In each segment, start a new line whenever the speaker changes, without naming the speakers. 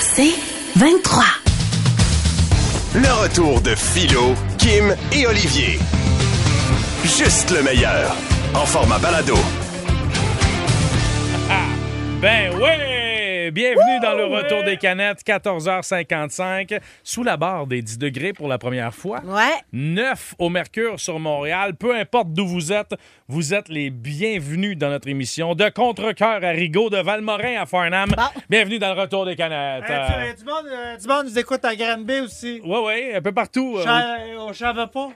C'est 23.
Le retour de Philo, Kim et Olivier. Juste le meilleur. En format balado.
Ben ouais! Bienvenue dans le retour des canettes, 14h55, sous la barre des 10 degrés pour la première fois.
Ouais.
9 au Mercure sur Montréal. Peu importe d'où vous êtes, vous êtes les bienvenus dans notre émission. De Contrecoeur à Rigaud, de Valmorin à Farnham. Bienvenue dans le retour des canettes.
Hey, tu- euh, du, monde, euh, du monde nous écoute à Granby aussi.
Oui, oui, un peu partout. euh,
Je savais- On ne savait pas.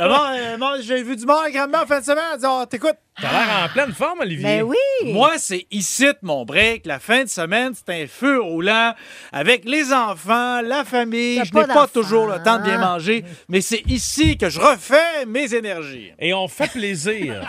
Le monde, euh, le monde- J'ai vu du monde à Granby en fin de semaine. Ils disent, oh, t'écoutes.
T'as l'air en pleine forme, Olivier.
Ben oui.
Moi, c'est ici mon break. La fin de semaine, c'est un feu roulant avec les enfants, la famille.
T'as
Je
pas
n'ai pas
d'enfants.
toujours le temps de bien manger, mais c'est ici que je refais mes énergies.
Et on fait plaisir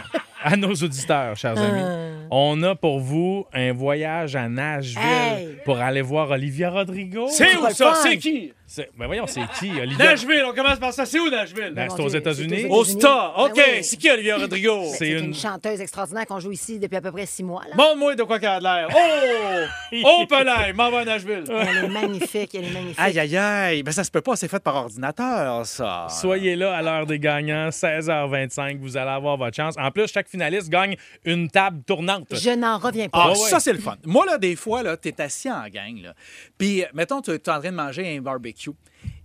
à nos auditeurs, chers amis.
Ah.
On a pour vous un voyage à Nashville
Hey.
pour aller voir Olivia Rodrigo.
C'est où
pas
ça?
le fun.
C'est qui?
C'est- Ben voyons, c'est qui, Olivia?
Nashville, on commence par ça. C'est où Nashville?
Ben, c'est
Mon
aux
Dieu,
États-Unis.
c'est aux
Au
États-Unis.
Star.
Ben
OK.
oui.
C'est qui, Olivier Rodrigo?
C'est
C'est une...
une-
chanteuse extraordinaire qu'on joue ici depuis à peu près six mois. Là.
Montre-moi de quoi qu'elle a l'air. Oh! On peut l'air. M'en va à Nashville.
Elle est magnifique, elle est magnifique.
Aïe, aïe, aïe. Ben, ça se peut pas, c'est fait par ordinateur, ça.
Oh, Soyez là à l'heure des gagnants, 16h25, vous allez avoir votre chance. En plus, chaque finaliste gagne une table tournante.
Je n'en reviens pas.
Ah,
Ah ouais.
ça, c'est le fun. Moi, là, des fois, là, t'es assis en gang, là. Puis, euh, mettons, tu es en train de manger un barbecue.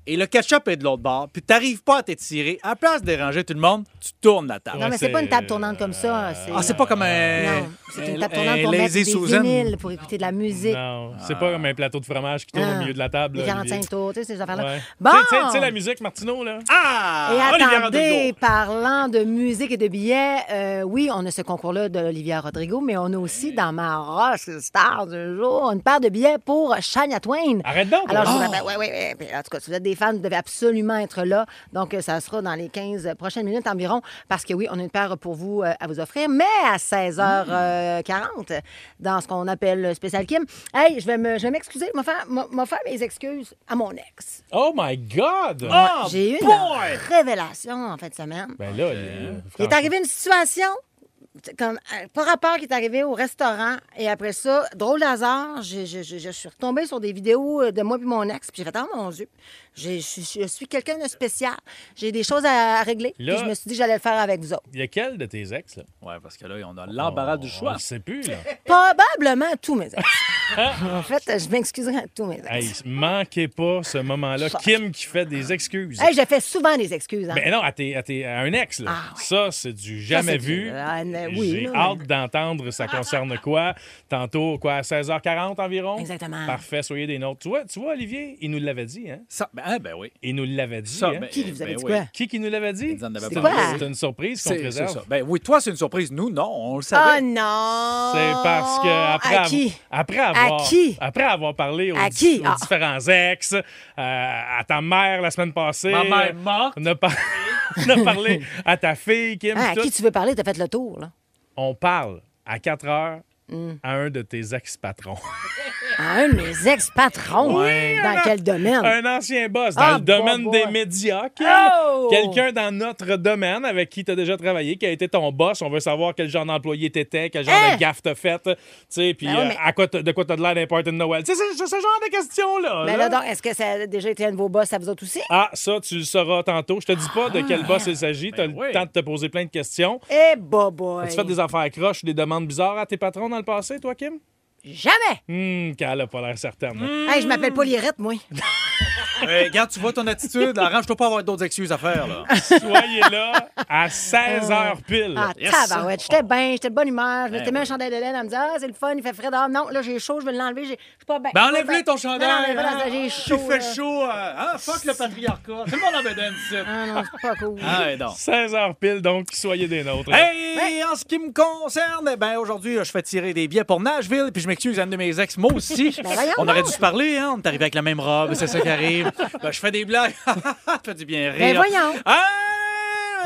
Et le ketchup est de l'autre bord. Puis, t'arrives pas à t'étirer. À la place de déranger tout le monde, tu tournes la table.
non, mais
ouais,
c'est pas
c'est-
une table tournante comme ça. hein, C'est...
Ah, c'est pas comme un.
Non, c'est une
un-
table tournante
un
pour mettre
Lazy
des
Susan.
vinyles, pour écouter de la musique.
Non, c'est pas comme un plateau de fromage qui tourne
Ah.
au milieu de la table.
Les
là, Olivier.
45 tours, tu sais, ces affaires-là.
Ouais.
Bon!
Tu sais- Tu sais- tu sais la musique, Martineau, là?
Et
Ah! Olivier
attendez,
Rodrigo.
parlant de musique et de billets, euh, oui, on a ce concours-là de Olivia Rodrigo, mais on a aussi dans ma roche star du jour une paire de billets pour Shania Twain.
Arrête donc!
Alors, je vous
toi.
rappelle, ouais, ouais, ouais. Puis, En tout cas, si vous êtes des fans, vous devez absolument être là. Donc, euh, ça sera dans les 15 prochaines minutes environ, parce que oui, on a une paire pour vous euh, à vous offrir, mais à 16h40, dans ce qu'on appelle le spécial Kim. Hey, je vais me- je vais m'excuser, je vais faire, je vais faire mes excuses à mon ex.
Oh my God!
Oh!
Ah,
J'ai eu une
boy!
révélation en fin de semaine.
Ben là, euh,
Il est
franchement.
arrivé une situation, t- comme, euh, par rapport qui est arrivé au restaurant, et après ça, drôle d'hasard, j'ai- je, je- je suis retombée sur des vidéos euh, de moi et mon ex, puis j'ai fait, oh mon Dieu, j'ai- je, suis- je suis quelqu'un de spécial, j'ai des choses à, à régler,
Là-
puis je me suis dit que j'allais le faire avec vous autres.
Il y a quel de tes ex, là?
Ouais, parce que là, on a l'embarras du
On
choix.
le sait plus, là.
Probablement tous mes ex. en fait, je m'excuserai à tous mes ex.
Hein? Hey, manquez pas ce moment-là.
Fuck.
Kim qui fait des excuses.
Hey, j'ai fait souvent des excuses. hein.
Ben non, à, tes- à tes- à un ex, là.
Ah, ouais.
Ça, c'est du jamais
c'est
vu.
du- Ah, ne- oui, Ah,
J'ai
là,
hâte d'entendre ça concerne quoi. Tantôt, quoi, à 16h40 environ?
Exactement.
Parfait, soyez des nôtres. Tu vois, tu vois Olivier, il nous l'avait dit, hein?
Ça, ben, ah, ben oui.
Il nous l'avait dit.
Ça,
hein?
ben,
Qui vous avez
ben
dit
oui.
quoi?
Qui qui nous l'avait dit?
Ils en avaient
C'est
pas
une-
parlé.
c'est une surprise qu'on
C'est c'est ça.
préserve.
Ben oui, toi, c'est une surprise. Nous, non, on
Ah
le savait.
non!
C'est parce que après,
Oh, À
av-
qui?
après avoir
À qui?
après avoir parlé aux,
À
di-
qui?
aux
Ah.
différents ex, euh, à ta mère la semaine passée,
Ma mère
euh,
morte.
on a, par- on a parlé à ta fille Kim,
Ah, à
tout.
qui tu veux parler? T'as fait le tour, là.
on parle à 4 heures
Hmm.
à un de tes ex patrons,
À un de mes ex-patrons.
Ouais.
Dans quel domaine?
un ancien boss dans
Ah,
le domaine
bon
des
boy.
médias, Kim.
Oh!
quelqu'un dans notre domaine avec qui tu as déjà travaillé, qui a été ton boss. On veut savoir quel genre d'employé t'étais, quel genre
Hein?
de gaffe t'as faite, tu sais, puis
Ben oui,
euh,
mais-
à quoi t'as- de quoi t'as de l'air d'un party de Noël. Tu sais, c'est c'est ce genre de questions là.
Mais Ben là, donc, est-ce que ça a déjà été un de vos boss à vous autres aussi?
Ah, ça, tu le sauras tantôt. Je te dis pas de
Ah!
quel boss il s'agit. T'as
Ben oui.
le temps de te poser plein de questions.
Eh, boboy!
As-tu fait des affaires croches ou des demandes bizarres à tes patrons dans le passé, toi, Kim?
Jamais!
Hum, qu'elle a pas l'air certaine.
Hmm.
Hey, je m'appelle pas Lirette, moi.
Hey, Euh, regarde, tu vois ton attitude. Arrange-toi pas à avoir d'autres excuses à faire, là.
Soyez là à 16 h pile.
Ah,
Yes. Ben
tabarouette. J'étais bien, j'étais de bonne humeur. Je m'étais mis
oui.
un chandail de laine. Elle me dit, ah, c'est le fun, il fait frais dehors. Non, là, j'ai chaud, je vais l'enlever. j'ai- Je suis pas bien. Je
Ben,
suis pas
enlève-le
bien.
ton chandail.
Non, non, enlève-le,
hein.
j'ai chaud.
Il fait
là.
chaud. hein. Ah, fuck le patriarcat. Tout le monde en bedaine ici.
Ah, non, c'est pas cool.
Ah, ouais, donc.
16 h pile, donc, soyez des nôtres.
Hey, en ce qui me concerne, ben aujourd'hui, je fais tirer des billets pour Nashville, puis je m'excuse à un de mes ex, moi aussi.
Ben voyons
on aurait
donc.
dû se parler, hein, on est arrivé avec la même robe, c'est ça qui arrive. Ben, je fais des blagues, ça fait du bien
Ben,
rire.
voyons.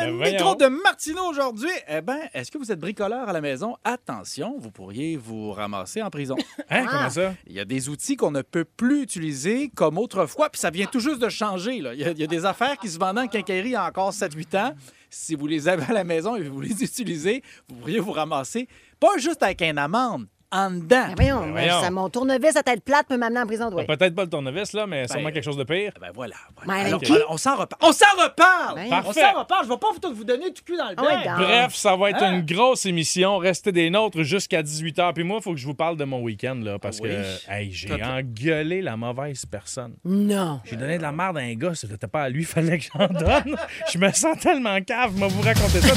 Hey,
Ben, voyons.
micro de Martineau aujourd'hui. Eh ben, est-ce que vous êtes bricoleur à la maison? Attention, vous pourriez vous ramasser en prison.
Hein, comment ça?
Il y a des outils qu'on ne peut plus utiliser comme autrefois, puis ça vient tout juste de changer. là. Il, y a, il y a des affaires qui se vendaient en quincaillerie il y a encore 7-8 ans. Si vous les avez à la maison et vous les utilisez, vous pourriez vous ramasser, pas juste avec une amende, en dedans.
Ben voyons,
Ben voyons.
ça, mon tournevis à tête plate peut m'amener en prison de oui.
Peut-être pas le tournevis, là, mais sûrement
Ben,
quelque chose de pire.
Ah Ben voilà. voilà.
Mais avec
Alors,
qui?
voilà, on s'en reparle. On s'en reparle!
Ben,
on
Parfait.
s'en reparle. Je vais pas vous, vous donner tout cul dans le
Ah
bain.
ouais, donc.
Bref, ça va être
Hein?
une grosse émission. Restez des nôtres jusqu'à 18h. Puis moi, il faut que je vous parle de mon week-end, là, parce
Oui.
que hey, j'ai
Toi, toi.
engueulé la mauvaise personne.
Non.
J'ai donné de la merde à un gars, c'était pas à lui, fallait que j'en donne. je me sens tellement cave, je vais vous raconter ça.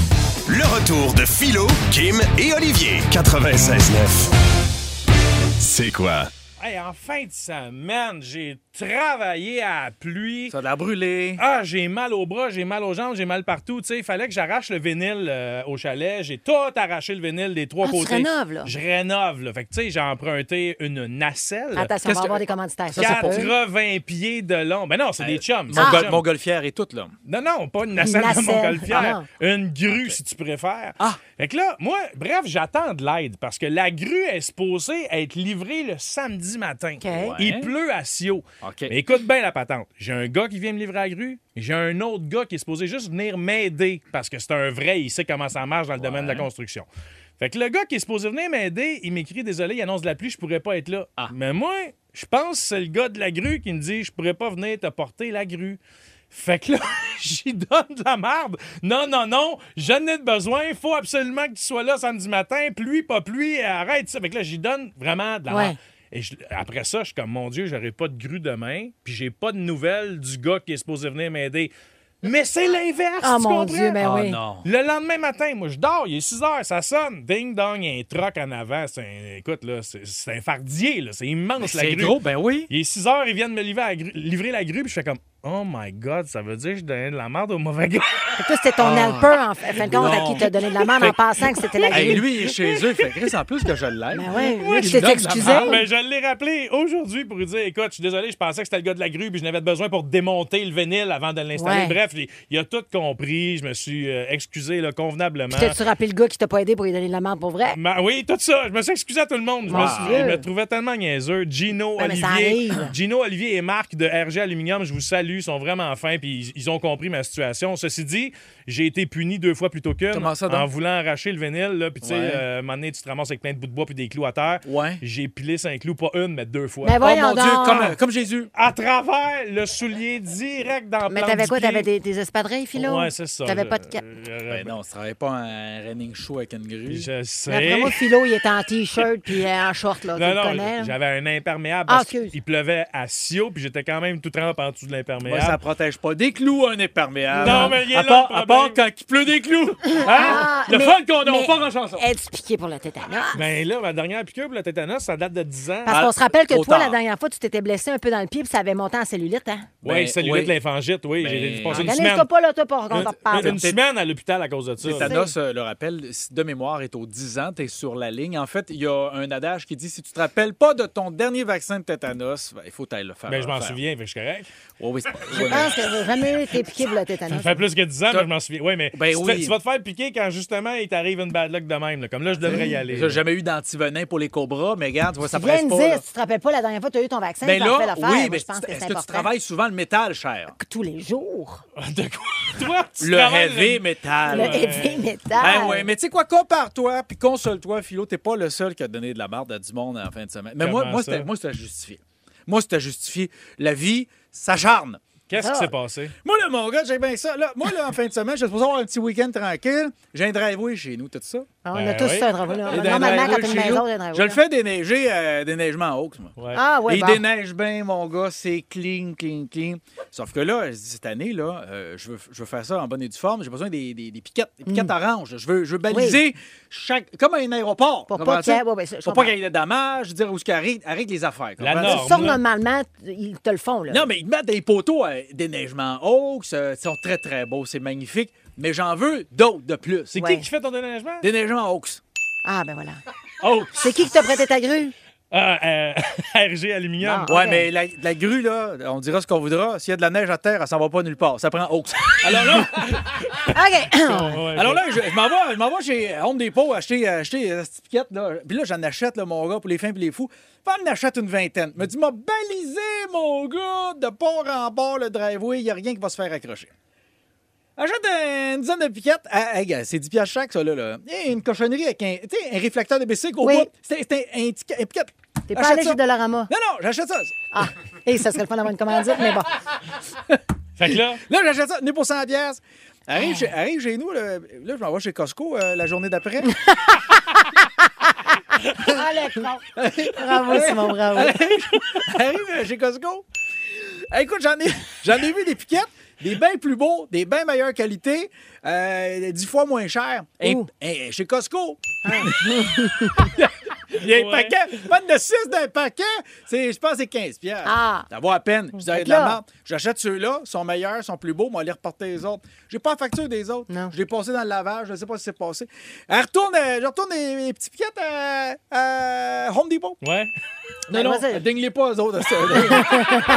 Le retour de Philo, Kim et Olivier. 96.9. C'est quoi?
Hey, en fin de semaine, j'ai travaillé à la pluie.
Ça a de la brûler.
Ah, j'ai mal aux bras, j'ai mal aux jambes, j'ai mal partout. Tu sais, il fallait que j'arrache le vinyle euh, au chalet. J'ai tout arraché le vinyle des trois
Ah, tu
côtés.
rénoves, là?
Je rénove, là. Fait que, tu sais, j'ai emprunté une nacelle.
Attention, on
Qu'est-ce
va
que-
avoir des commanditaires. Ça, c'est pas-
80 pieds de long. Ben non, c'est des chums.
Euh, Mon
des
Ah.
gol-
chums.
Montgolfière et tout, là.
Non, non, pas une nacelle de
nacelle.
montgolfière.
Ah
une grue, si tu préfères.
Ah.
Fait que là, moi, bref, j'attends de l'aide parce que la grue est supposée être livrée le samedi matin.
OK. Ouais.
Il pleut à Sio.
OK.
Mais écoute bien la patente. J'ai un gars qui vient me livrer la grue. J'ai un autre gars qui est supposé juste venir m'aider parce que c'est un vrai, il sait comment ça marche dans le domaine de la construction. Fait que le gars qui est supposé venir m'aider, il m'écrit Désolé, il annonce de la pluie, je pourrais pas être là.
Ah.
Mais moi, je pense que c'est le gars de la grue qui me dit Je pourrais pas venir te porter la grue. Fait que là, j'y donne de la marde. Non, non, non, j'en ai de besoin. Il faut absolument que tu sois là samedi matin. Pluie, pas pluie, arrête ça. Fait que là, j'y donne vraiment de la
Ouais.
marde. Et je- après ça, je suis comme, mon Dieu, j'aurai pas de grue demain, puis j'ai pas de nouvelles du gars qui est supposé venir m'aider. Mais c'est l'inverse,
Ah,
tu
mon
comprends?
Dieu, ben
Ah,
oui.
non.
Le lendemain matin, moi, je dors, il est 6 heures, ça sonne. Ding dong, il y a un troc en avant. C'est un- écoute, là, c'est c'est un fardier, là. C'est immense, la
C'est
grue.
gros, ben oui.
Il est 6 heures, ils viennent me livrer la grue, livrer la grue, puis je fais comme, oh my God, ça veut dire que je donnais de la merde au mauvais gars.
Fait que toi, c'était ton helper, en fait, fin de compte, à
Ah. Non.
qui t'as donné de la main en pensant que c'était la
Hey,
grille.
lui, il est chez eux. Il fait Chris, en plus que je l'aide.
Ben ouais,
Il
oui,
me
tu t'es
donne la
excusé.
marde.
Ah, Mais je l'ai rappelé aujourd'hui pour lui dire écoute, je suis désolé, je pensais que c'était le gars de la grue, puis je n'avais besoin pour démonter le vinyle avant de l'installer.
Ouais.
Bref, il, il a tout compris. Je me suis euh, excusé là, convenablement.
Puis
euh,
t'as-tu rappelé le gars qui t'a pas aidé pour lui donner de la main pour vrai?
Ma- oui, tout ça. Je me suis excusé à tout le monde. Je, me,
Wow.
suis- je me trouvais tellement niaiseux. Gino,
Ouais, mais ça
Olivier,
arrive.
Gino, Olivier et Marc de RG Aluminium, je vous salue. Ils sont vraiment fins puis ils, ils ont compris ma situation. Ceci dit, j'ai été puni deux fois plutôt qu'une
Comment ça, donc?
en voulant arracher le vinyle. là. Puis tu sais,
Ouais.
euh, à un moment donné, tu te ramasses avec plein de bouts de bois puis des clous à terre.
Ouais.
J'ai pilé cinq clous, pas une, mais deux fois.
Ben
Oh mon
voyons
Dieu,
donc.
comme, comme Jésus.
à travers le soulier direct dans la
Mais
plante
t'avais
du
quoi?
pied.
T'avais des, des espadrilles, Philo?
Ouais, c'est ça. Euh,
T'avais
Je-
pas de... ca-
je-
Ben non, ça travaille pas un running show avec une grue.
Je
Après
sais.
moi, Philo, il était en T-shirt puis euh, en short, là. tu
Non,
le
non,
connais? hein? là.
j'avais un imperméable
Ah,
parce
excuse.
qu'il pleuvait à Sio, puis j'étais quand même tout trempé en dessous de
Moi, ça
l'imperméable. Hein?
protège pas des clous, un imperméable.
Non, mais il est
à
là,
part,
le
à part
problème.
quand il pleut des clous. Hein?
Ah,
le
mais-
fun qu'on a, on
mais-
part en chanson.
Être piqué pour le tétanos.
Ben là, ma dernière piqûre pour le tétanos, ça date de 10 ans.
Parce
Ah,
qu'on se rappelle que
trop
toi,
tard.
la dernière fois, tu t'étais blessé un peu dans le pied puis ça avait monté en cellulite, hein?
oui,
ben,
celui
oui.
de l'infangite, oui. J'ai
Ben,
passé une semaine.
Organise-toi pas, là, toi, pour qu'on t'en
Une,
parle.
une semaine à l'hôpital à cause de ça.
Tétanos, euh, le rappel, si de mémoire, est aux 10 ans, tu es sur la ligne. En fait, il y a un adage qui dit si tu te rappelles pas de ton dernier vaccin de tétanos, ben, il faut aller le faire.
Ben, je m'en
faire.
souviens, fait que je suis correct.
Oui, oui, c'est pas-
Je
oui, mais-
pense que j'ai jamais été piqué pour le
Ça
tétanos.
fait plus que 10 ans, mais je m'en souviens. Oui, mais
Ben
tu, te-
oui. Ah,
tu vas te faire piquer quand justement il t'arrive une bad luck de même. là. Comme là, je devrais y aller.
J'ai jamais eu d'antivenin pour les cobras, mais regarde, tu vois, ça
Tu viens
presse
de
pas.
dire,
là.
si tu te rappelles pas la dernière fois que tu as eu ton vaccin,
Ben
tu en fais
là,
l'affaire.
oui,
Moi,
mais
je pense
tu-
que
est-ce
c'est
que tu
important.
travailles souvent le métal, cher?
Tous les jours.
De quoi? Toi, tu
Le
travailles
heavy métal.
Le heavy metal.
Ah ben, euh, ouais, mais tu sais quoi, compare-toi, puis console-toi, Philo, t'es pas le seul qui a donné de la marde à du monde en fin de semaine. Mais moi,
Comment
moi,
ça?
c'était, moi, c'était justifié. Moi, c'était justifié. La vie s'acharne.
Qu'est-ce qui
Ah.
s'est passé?
Moi, là, mon gars, j'ai bien ça. Là, moi, là, en fin de semaine, je suis supposé avoir un petit week-end tranquille. J'ai un driveway chez nous, tout ça.
Ah, On
Ben
a tous
oui.
ça, un travail.
Et d'un
Normalement, quand
driveway
t'as une
chez nous,
maison, t'as un driveway. hein.
Je le fais déneiger, euh, déneigement aux moi.
Ouais.
Ah ouais,
il
bon.
déneige bien, mon gars, c'est clean, clean, clean. Sauf que là, je dis, cette année, là, euh, je, veux, je veux faire ça en bonne et due forme. J'ai besoin des, des- des piquettes, des piquettes
Mm.
oranges. Je veux, je veux baliser chaque. Comme un aéroport.
Pour pas
comprends-tu?
qu'il y ait- ouais, ouais, ça, je
Pour pas
comprends.
qu'il y ait de dommages, dire où ce qu'il arrive, arrête les affaires.
La
comprends-tu?
norme.
Ça, normalement, ils te le font, là.
Non, mais ils mettent des poteaux à déneigement hauts. Ils sont très, très beaux. C'est magnifique. Mais j'en veux d'autres de plus.
C'est
Ouais.
qui qui fait ton déneigement?
Déneigement aux.
Ah, ben voilà.
Oh!
C'est qui qui t'a prêté ta grue?
Euh, euh, RG Aluminium.
Non.
Ouais,
Ok.
mais la, la grue, là, on dira ce qu'on voudra. S'il y a de la neige à terre, elle s'en va pas nulle part. Ça prend aux. Alors là,
OK.
Ouais,
Alors
ouais.
là, je, je m'en vais, je m'en vais chez Home Depot acheter, acheter des petites piquettes. Là. Puis là, j'en achète, là, mon gars, pour les fins et les fous. Puis j'en achète une vingtaine. Me dit, m'a balisé, mon gars, de bord en bord le driveway. Il n'y a rien qui va se faire accrocher. Achète un- une dizaine de piquettes. Ah, hey, gars, c'est 10 piastres chaque, ça, là. là. Et une cochonnerie avec un, tu sais, un réflecteur de bicycle au
Oui.
bout. C'était c'était un, un ticket- un piquette.
T'es pas
Achète
allé
ça.
chez Dollarama.
Non, non, j'achète ça.
Ah, et ça serait le fun d'avoir une commandite, mais bon.
Fait que là,
Là, j'achète ça, né pour 100 piastres.
Ah.
Arrive, chez, arrive chez nous, là, là je m'en vais chez Costco euh, la journée d'après.
Ah, le con. Bravo, Simon, bravo.
arrive euh, chez Costco. Eh, écoute, j'en ai, j'en ai vu des piquettes, des bains plus beaux, des bains meilleure qualité, euh, 10 fois moins cher. Et,
Ouh.
et- eh, chez Costco.
il y a un
Un
paquet.
paquet, pas de 6 d'un paquet, c'est, je pense que c'est 15 piastres.
Ah.
Ça vaut à peine. Je dis, hey, de
là-
la merde. J'achète ceux-là, sont meilleurs, sont plus beaux, moi, les reporter les autres. J'ai pas la facture des autres.
Non.
Je l'ai passé dans le lavage, je sais pas ce qui s'est passé. Elle retourne, euh, je retourne les, les petits piquettes à, à Home Depot.
Ouais.
Ah, Non, non,
Mademoiselle.
dingue les pas, eux autres. ça.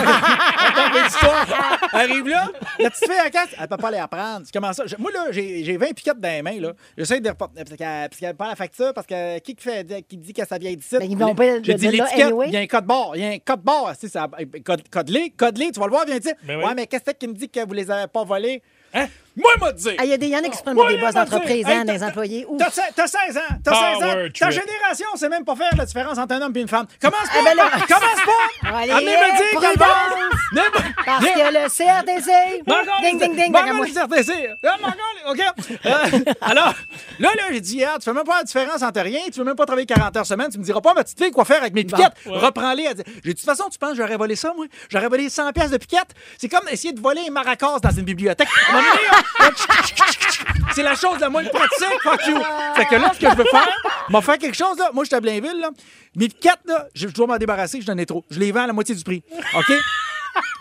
Attends, mais l'histoire Arrive là, la petite fille à casse, elle peut pas les apprendre. Comment ça? Je- moi, là, j'ai j'ai 20 piquettes dans les mains, là. J'essaie de reporter, parce qu'elle parce qu'elle perd la facture, parce que qui, qui fait, qui dit que ça vient d'ici?
Mais Ben, ils vont pas le-
J'ai
le-
dit
le- là,
l'étiquette,
anyway.
il y a un code barre, il y a un code barre. tu sais, ça- euh, code- Codelé, codelé, tu vas le voir, viens dire.
Ben oui.
Ouais, mais qu'est-ce qui me dit que vous les avez pas volés?
Hein?
Moi, m'a dit!
Ah, Il y a des, il y en a qui se prennent
Moi,
pour des
il
boss
m'a dit,
d'entreprise,
hey,
hein,
t'as-
des employés. Ouf.
T'as se- t'as 16 ans, t'as 16 ans.
Power
Ta
trip.
génération sait même pas faire la différence entre un homme et une femme. Commence pas,
ben là-
commence pas.
Allez,
Amenez me dire
prudence.
qu'elle va.
Parce que le CRTC, ding, ding, ding,
Mangole,
ding, moi.
le CRTC. Ah, Mangole, OK. Euh, alors, là, là, j'ai dit, ah, tu fais même pas la différence entre rien, tu veux même pas travailler 40 heures semaine, tu me diras pas, ma petite fille, quoi faire avec mes piquettes. Reprends-les. Elle dit, J'ai dit, de toute façon, tu penses que j'aurais volé ça, moi? J'aurais volé 100 pièces de piquettes. C'est comme essayer de voler un maracas dans une bibliothèque. À un moment donné, là, c'est la chose la moins pratique, fuck you. Fait que là, ce que je veux faire, m'en faire quelque chose, là. Moi, je suis à Blainville, là. Mes piquettes, là, je je dois m'en débarrasser, je donne ai trop. Je les vends à la moitié du prix. OK?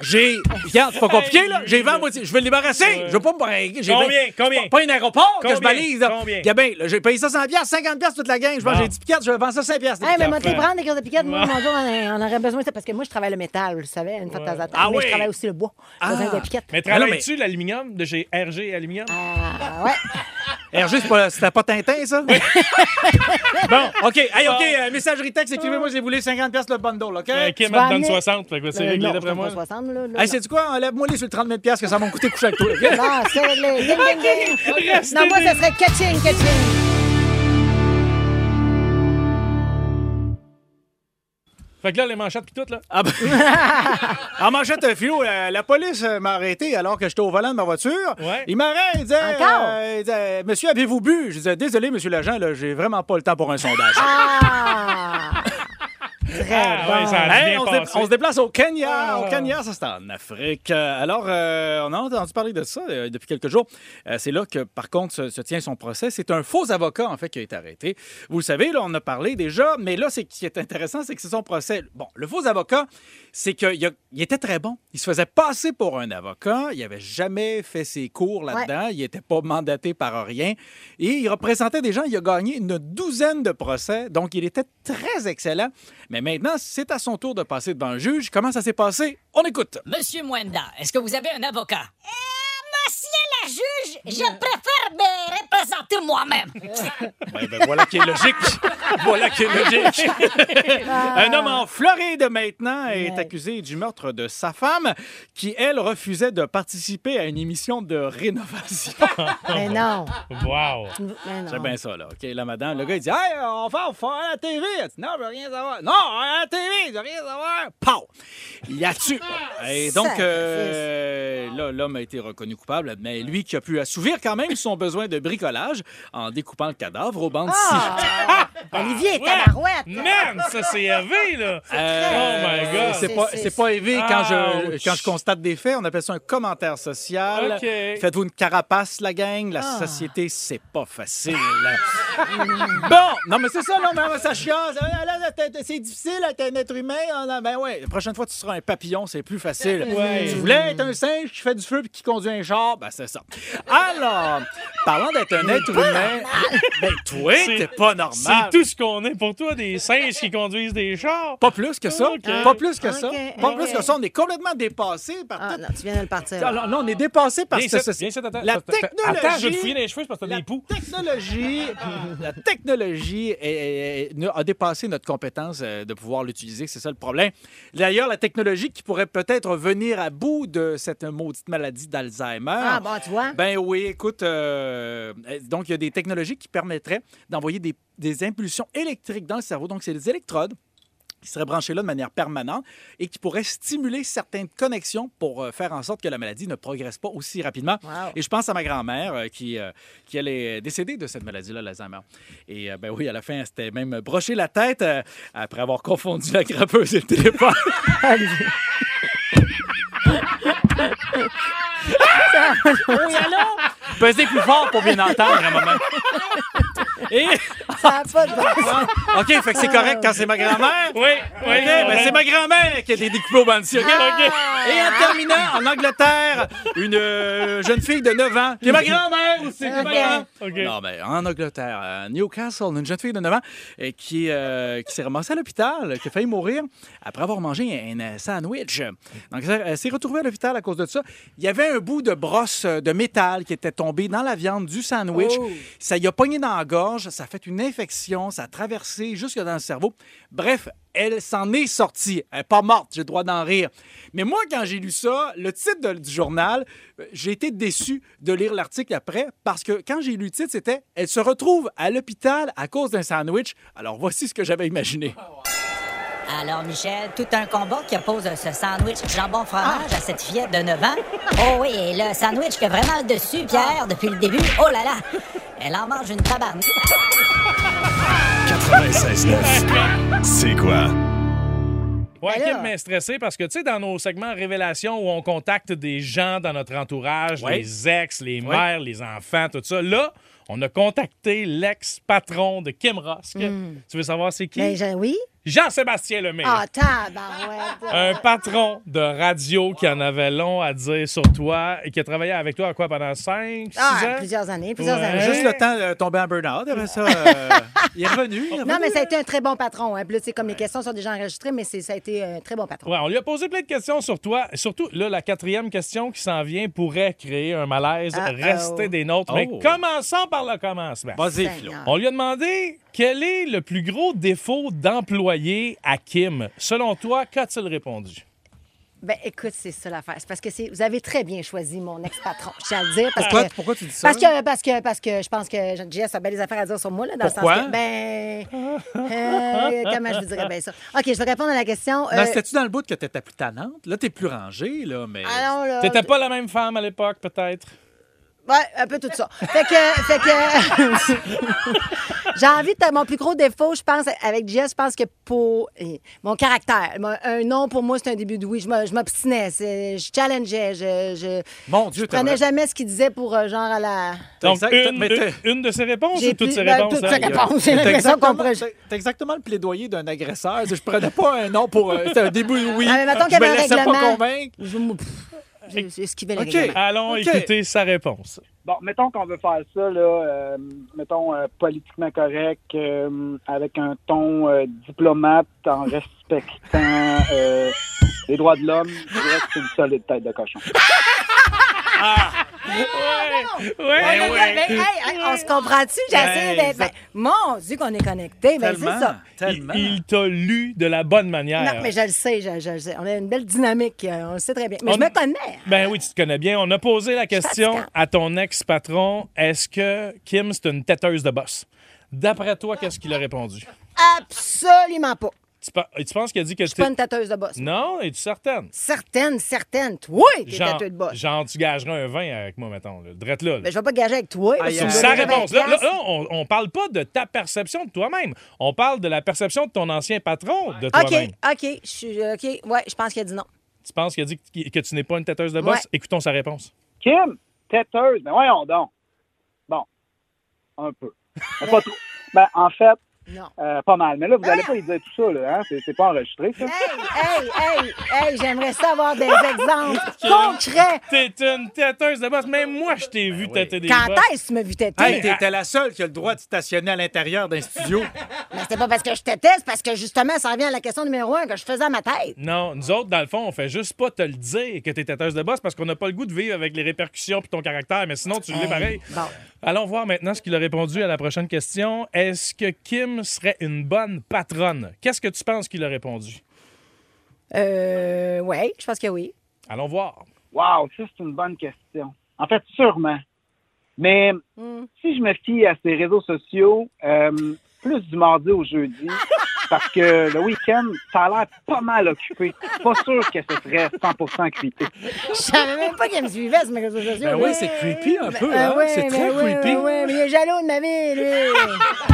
J'ai. Regarde, c'est pas compliqué, là. J'ai vendu à moitié. Je vais le débarrasser. Je veux pas me. brinquer. J'ai
Combien?
vingt-
Combien?
C'est Pas pas un aéroport que je
Combien?
balise, là.
Combien?
Gabin, là, j'ai payé ça 100 50 toute la gang. Je mange
Bon.
j'ai 10 piquettes, je vends ça 5 piastres, les
Hey, mais
piquettes.
moi, t'es
affaire.
prendre des cours de piquette, moi, mon Dieu, on, on aurait besoin de ça parce que moi, je travaille le métal, vous le savez, une fois de temps en temps.
Ah
mais
oui.
je travaille aussi le bois. J'ai
Ah.
besoin de piquettes.
Mais travailles-tu l'aluminium de chez RG Aluminium?
Ah, ouais.
RG, c'est pas- c'était pas Tintin, ça? bon, OK. Hey, OK, euh, messagerie texte, écrivez-moi si vous voulez 50 le bundle, OK?
Euh, Kim,
tu
elle
vas
te donne
amener-
60. Fait que c'est
Euh,
réglé
non,
d'après moi.
60, là. là,
Hey, c'est du quoi? Enlève-moi les sur le 30 000 piastres que ça m'a coûté coucher avec toi. là.
non. Non, c'est réglé. Ding, ding, ding.
Restez
Non, moi,
là.
ça serait catching, catching.
Fait que là, les manchettes pis tout, là.
Ah ben- en manchette un philo, euh, la police euh, m'a arrêté alors que j'étais au volant de ma voiture.
Ouais.
Il m'arrête, il disait,
Encore?
euh, il disait, Monsieur, avez-vous bu? Je disais, désolé, monsieur l'agent, là, j'ai vraiment pas le temps pour un sondage.
Ah! Très
Ah, ouais,
bon.
ça-
Hey,
bien
on, se dé-
passé.
on se déplace au Kenya.
Ah.
Au Kenya, ça c'est en Afrique. Euh, Alors, euh, on a entendu parler de ça euh, depuis quelques jours. Euh, c'est là que, par contre, se, se tient son procès. C'est un faux avocat, en fait, qui a été arrêté. Vous le savez, là, on en a parlé déjà, mais là, c'est- ce qui est intéressant, c'est que c'est son procès. Bon, le faux avocat, c'est qu'il était très bon. Il se faisait passer pour un avocat. Il n'avait jamais fait ses cours là-dedans. Il n'était pas mandaté par rien. Et il représentait des gens. Il a gagné une douzaine de procès. Donc, il était très excellent. Mais maintenant, c'est à son tour de passer devant le juge. Comment ça s'est passé? On écoute.
Monsieur Mwenda, est-ce que vous avez un avocat?
Euh, Monsieur la juge, je préfère me représenter moi-même.
Ouais, ben voilà qui est logique. voilà qui est logique. Un homme en Floride maintenant est
Ouais.
accusé du meurtre de sa femme qui, elle, refusait de participer à une émission de rénovation.
Mais non.
Wow.
Mais non.
C'est bien ça, là. OK, la madame, le gars, il dit Hey, on va on va à la TV. Elle dit, non, je veux rien savoir. Non, à la TV, je veux rien savoir. Pow Il y a tué. Et donc, euh, là, l'homme a été reconnu coupable, mais lui qui a pu assouvir quand même son besoin de bricolage en découpant le cadavre aux bandes sciées.
Ah! Olivier,
Ouais.
tabarouette!
Man, ça, c'est élevé, là.
Euh,
oh my God.
C'est pas,
C'est-
c'est pas élevé quand je,
Ouch.
quand je constate des faits. On appelle ça un commentaire social.
OK.
Faites-vous une carapace, la gang. La société, c'est pas facile. bon, non, mais c'est ça, non, mais ça chiasse. Ah, là, là, t'es- t'es- C'est difficile d'être un être humain. Ah, non, ben ouais, la prochaine fois, tu seras un papillon, c'est plus facile.
Ouais.
Tu voulais être un singe qui fait du feu et qui conduit un char, ben c'est ça. Alors, parlant d'être un être humain, ben toi,
C'est-
t'es pas
C'est
normal.
tout ce qu'on est pour toi, des singes qui conduisent des chars.
Pas plus que ça.
Ok.
Pas plus que ça.
Ok,
Pas
ok.
plus que ça. On est complètement dépassé par
Ah,
tout.
non, tu viens de le partir.
Ah, non, non, on est dépassé par
Viens
cette
ici,
soci-
viens ici, attends,
La
attends, attends.
technologie.
Attends, je vais te fouiller les cheveux c'est parce que t'as
La
des poux.
technologie, la technologie est- est- est- a dépassé notre compétence euh, de pouvoir l'utiliser. c'est ça le problème. D'ailleurs, la technologie qui pourrait peut-être venir à bout de cette maudite maladie d'Alzheimer.
Ah, bon, tu vois.
Ben oui, écoute, euh, euh, donc il y a des technologies qui permettraient d'envoyer des, des impulsions électriques dans le cerveau. Donc, c'est des électrodes qui seraient branchées là de manière permanente et qui pourraient stimuler certaines connexions pour euh, faire en sorte que la maladie ne progresse pas aussi rapidement.
Wow.
Et je pense à ma grand-mère euh, qui, euh, qui elle est décédée de cette maladie-là, l'Alzheimer. Et euh, ben oui, à la fin, elle s'était même broché la tête euh, après avoir confondu la grappeuse et le téléphone.
Oui, allô?
Pesez plus fort pour bien entendre à un moment. Et...
Ça a pas de bon sens.
OK, fait que c'est correct quand c'est ma grand-mère.
Oui, oui.
OK, ben c'est ma grand-mère qui a été découpée au banc de cirque.
Ah!
Et en terminant, en Angleterre, une euh, jeune fille de 9 ans, qui est ma grand-mère aussi, qui est ma
Ok.
grand-mère.
OK.
Non, mais en Angleterre, à Newcastle, une jeune fille de 9 ans euh, qui, euh, qui s'est ramassée à l'hôpital, qui a failli mourir après avoir mangé un euh, sandwich. Donc, elle elle s'est retrouvée à l'hôpital à cause de ça. Il y avait un bout de brosse euh, de métal qui était tombé dans la viande du sandwich. Ça y a pogné dans la gorge, ça a fait une infection, ça a traversé jusque dans le cerveau. Bref, elle s'en est sortie. Elle n'est pas morte, j'ai le droit d'en rire. Mais moi, quand j'ai lu ça, le titre de- du journal, euh, j'ai été déçu de lire l'article après parce que quand j'ai lu le titre, c'était Elle se retrouve à l'hôpital à cause d'un sandwich. Alors voici ce que j'avais imaginé.
Ah. Alors, Michel, tout un combat qui oppose ce sandwich jambon-fromage à cette fillette de 9 ans. Oh oui, et le sandwich qui a vraiment le dessus, Pierre, depuis le début. Oh là là! Elle en mange une tabarnak.
96.9. C'est quoi?
Ouais,
Ben là-
Kim m'est stressé parce que, tu sais, dans nos segments révélations où on contacte des gens dans notre entourage,
Ouais.
les ex, les mères, les enfants, tout ça, là, on a contacté l'ex-patron de Kim Rosk. Tu veux savoir c'est qui?
Hmm. Ben, je- oui?
Jean-Sébastien Lemay.
Ah, tabarouette.
Un patron de radio qui en avait long à dire sur toi et qui a travaillé avec toi à quoi pendant 5, 6
Ah,
ans?
plusieurs années, plusieurs
Ouais.
années.
Juste le temps de tomber en burn-out. Après ça, euh, il est revenu. il est
Non,
revenu.
mais ça a été un très bon patron. Hein. Puis là, tu sais, comme les questions sont déjà enregistrées, mais c'est- ça a été un très bon patron.
Ouais, on lui a posé plein de questions sur toi. Surtout, là, la quatrième question qui s'en vient pourrait créer un malaise,
Ah,
rester
oh.
des nôtres. Mais
Oh.
commençons par le commencement.
Vas-y,
Seigneur.
Philo.
On lui a demandé quel est le plus gros défaut d'employé à Kim. Selon toi, qu'a-t-il répondu?
Ben, écoute, c'est ça l'affaire. C'est parce que c'est, vous avez très bien choisi mon ex-patron, je tiens à le dire. Parce
Pourquoi-
que,
pourquoi tu dis ça?
Parce que, parce que, parce que je pense que Jess a bien des affaires à dire sur moi, là, dans
Pourquoi?
le sens que, ben, euh, comment je vous dirais bien ça? OK, je vais répondre à la question.
Non,
euh,
C'était-tu dans le bout que t'étais plus tannante? Là, t'es plus rangée, là, mais...
allons, là,
T'étais pas la même femme à l'époque, peut-être?
Ouais, un peu tout ça. Fait que, fait que j'ai envie de mon plus gros défaut, je pense avec Jess, je pense que pour eh, mon caractère, mon- un non pour moi c'est un début de oui, je me- je m'obstinais, c'est- je challengeais, je je,
Mon Dieu,
je prenais
t'as-
jamais ce qu'il disait pour euh, genre à la
T'as
Donc,
exact-
une,
mais t'as-
une- une de ses réponses ou
J'ai
toutes
plus-
ses
ben,
réponses?
toutes ses
hein?
réponses. C'est
T'as
l'impression qu'on
exactement,
pourrait-
t'as- t'as exactement le plaidoyer d'un agresseur. Je prenais pas un nom pour. euh, C'était un début, oui.
Ah, mais mettons
je
qu'il y
me
avait un
laissais pas
règlement.
convaincre.
Je me- pff, j'ai- j'ai esquivé le
OK.
règlement.
Allons
OK.
écouter sa réponse.
Bon, mettons qu'on veut faire ça, là, euh, mettons euh, politiquement correct, euh, avec un ton euh, diplomate en respectant euh, les droits de l'homme, je dirais que c'est une solide tête de cochon.
Ouais,
Ouais,
ouais.
ouais, ouais, hey, hey, on se comprend-tu? J'essaie
Ben,
d'être. ben, mon Dieu, qu'on est connecté, mais c'est
Tellement,
ça.
tellement.
Il, il t'a lu de la bonne manière.
Non, mais je le sais, je- je- je- on a une belle dynamique, euh, on le sait très bien. Mais
On-
je me connais.
Ben oui, tu te connais bien. On a posé la question
fatigant.
à ton ex-patron. Est-ce que Kim, c'est une têteuse de boss? D'après toi, qu'est-ce qu'il a répondu?
Absolument pas.
Tu, pe- et tu penses qu'il a dit que
Pas
c'était...
une tâteuse de boss.
Non, es-tu certaine?
Certaines, certaines. Toi, t'es
Genre,
tâteuse de boss.
genre, tu gagerais un vin avec moi, mettons. Là. Drette là. là.
Mais je vais pas gager avec toi. parce que
Aïe,
tu me
aïe.
Sa
donnerais vingt
réponse. Là, là,
piastres.
là, on, on parle pas de ta perception de toi-même. On parle de la perception de ton ancien patron de toi-même.
OK, OK, je suis- OK, ouais, je pense qu'il a dit non.
Tu penses qu'il a dit que, que tu n'es pas une têteuse de boss?
Ouais.
Écoutons sa réponse.
Kim, têteuse, mais voyons donc. Bon, un peu. Mais pas trop. Ben, en fait,
Non.
euh, pas mal. Mais là, vous n'allez pas y dire tout ça, là, hein? C'est- C'est pas enregistré, ça?
Hey, hey, hey, hey, j'aimerais savoir des exemples concrets.
T'es une têteuse de boss. Même moi, je t'ai vu têter des
Quand
bosses.
est-ce que tu m'as vu têter?
Hey, t'étais la seule qui a le droit de stationner à l'intérieur d'un studio.
Mais c'était pas parce que je têtais, c'est parce que justement, ça revient à la question numéro un que je faisais à ma tête.
Non, nous autres, dans le fond, on fait juste pas te le dire que t'es têteuse de boss parce qu'on n'a pas le goût de vivre avec les répercussions puis ton caractère, mais sinon, tu le vis pareil.
Bon.
Allons voir maintenant ce qu'il a répondu à la prochaine question. Est-ce que Kim Kim serait une bonne patronne. Qu'est-ce que tu penses qu'il a répondu?
Euh, oui, je pense que oui.
Allons voir.
Wow, ça, c'est une bonne question. En fait, sûrement. Mais si je me fie à ces réseaux sociaux, euh, plus du mardi au jeudi, parce que le week-end, ça a l'air pas mal occupé. Pas sûr que ce serait 100% occupé.
Je savais même pas qu'elle me suivait sur mes réseaux sociaux. Ben
Ben oui, c'est creepy un peu, hein?
ouais,
C'est
mais
très
ouais, ben
creepy.
ouais, ouais, mais il est jaloux de ma vie,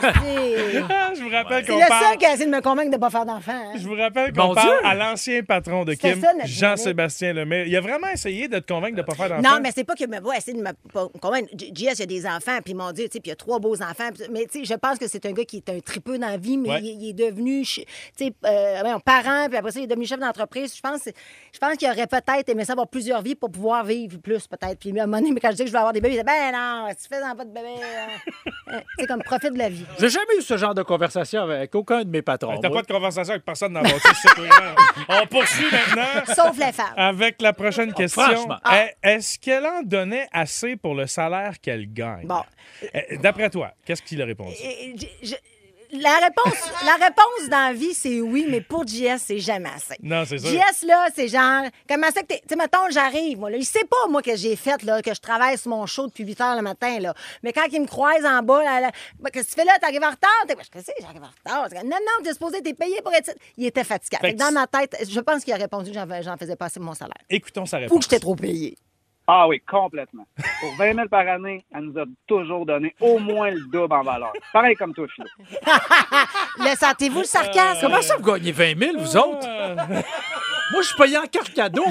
lui. Asti.
Ah, je vous rappelle
C'est
qu'on
le
parle.
seul qui a essayé de me convaincre de ne pas faire d'enfant. hein.
Je vous rappelle qu'on
Bon
parle
Dieu!
à l'ancien patron de
C'était
Kim,
ça, notre
Jean-Sébastien Lemay. Il a vraiment essayé de te convaincre de ne pas faire d'enfant.
Non, mais c'est pas qu'il me voit essayer de me pas- convaincre. J- JS, il y a des enfants, puis mon Dieu, tu sais, puis il y a trois beaux enfants. puis- Mais tu sais, je pense que c'est un gars qui est un tripeux dans la vie, mais
Ouais.
il, est- il est devenu, ch- tu sais, euh, voyons, parent, puis après ça, il est devenu chef d'entreprise. Je pense, je pense qu'il aurait peut-être aimé ça avoir plusieurs vies pour pouvoir vivre plus, peut-être. Puis à un moment donné, mais quand je dis que je vais avoir des bébés, il dit, ben non, tu fais dans pas de bébé. hein. Euh, tu sais, comme profite de la vie.
J'ai jamais eu ce genre de conversation avec aucun de mes patrons.
Hey, T'as
moi.
pas de conversation avec personne dans votre c'est clair. On poursuit maintenant.
Sauf les femmes.
Avec la prochaine question,
Ah, franchement.
Est- est-ce qu'elle en donnait assez pour le salaire qu'elle gagne?
Bon.
Eh, D'après toi, qu'est-ce qu'il a répondu?
Et- je- je- La réponse, la réponse dans la vie, c'est oui, mais pour JS, c'est jamais assez.
Non, c'est sûr.
JS, là, c'est genre, comment ça que t'es. Tu sais, mettons, j'arrive, moi, là. Il sait pas, moi, que j'ai fait, là, que je travaille sur mon show depuis 8 heures le matin, là. Mais quand il me croise en bas, là, là, Ben, qu'est-ce que tu fais là? T'arrives en retard? T'es- Ben, Je sais, j'arrive en retard. Non, non, t'es supposé, t'es payé pour être. Il était fatigué.
Fait
Fait que
que-
dans ma tête, je pense qu'il a répondu que j'en- j'en faisais passer mon salaire.
Écoutons sa réponse.
Ou que j'étais trop payé.
Ah oui, complètement. Pour 20 000 par année, elle nous a toujours donné au moins le double en valeur. Pareil comme toi, Philo.
Le sentez-vous le sarcasme?
Comment ça, vous gagnez 20 000, vous autres?
Ah.
Moi, je suis payé en carte cadeau.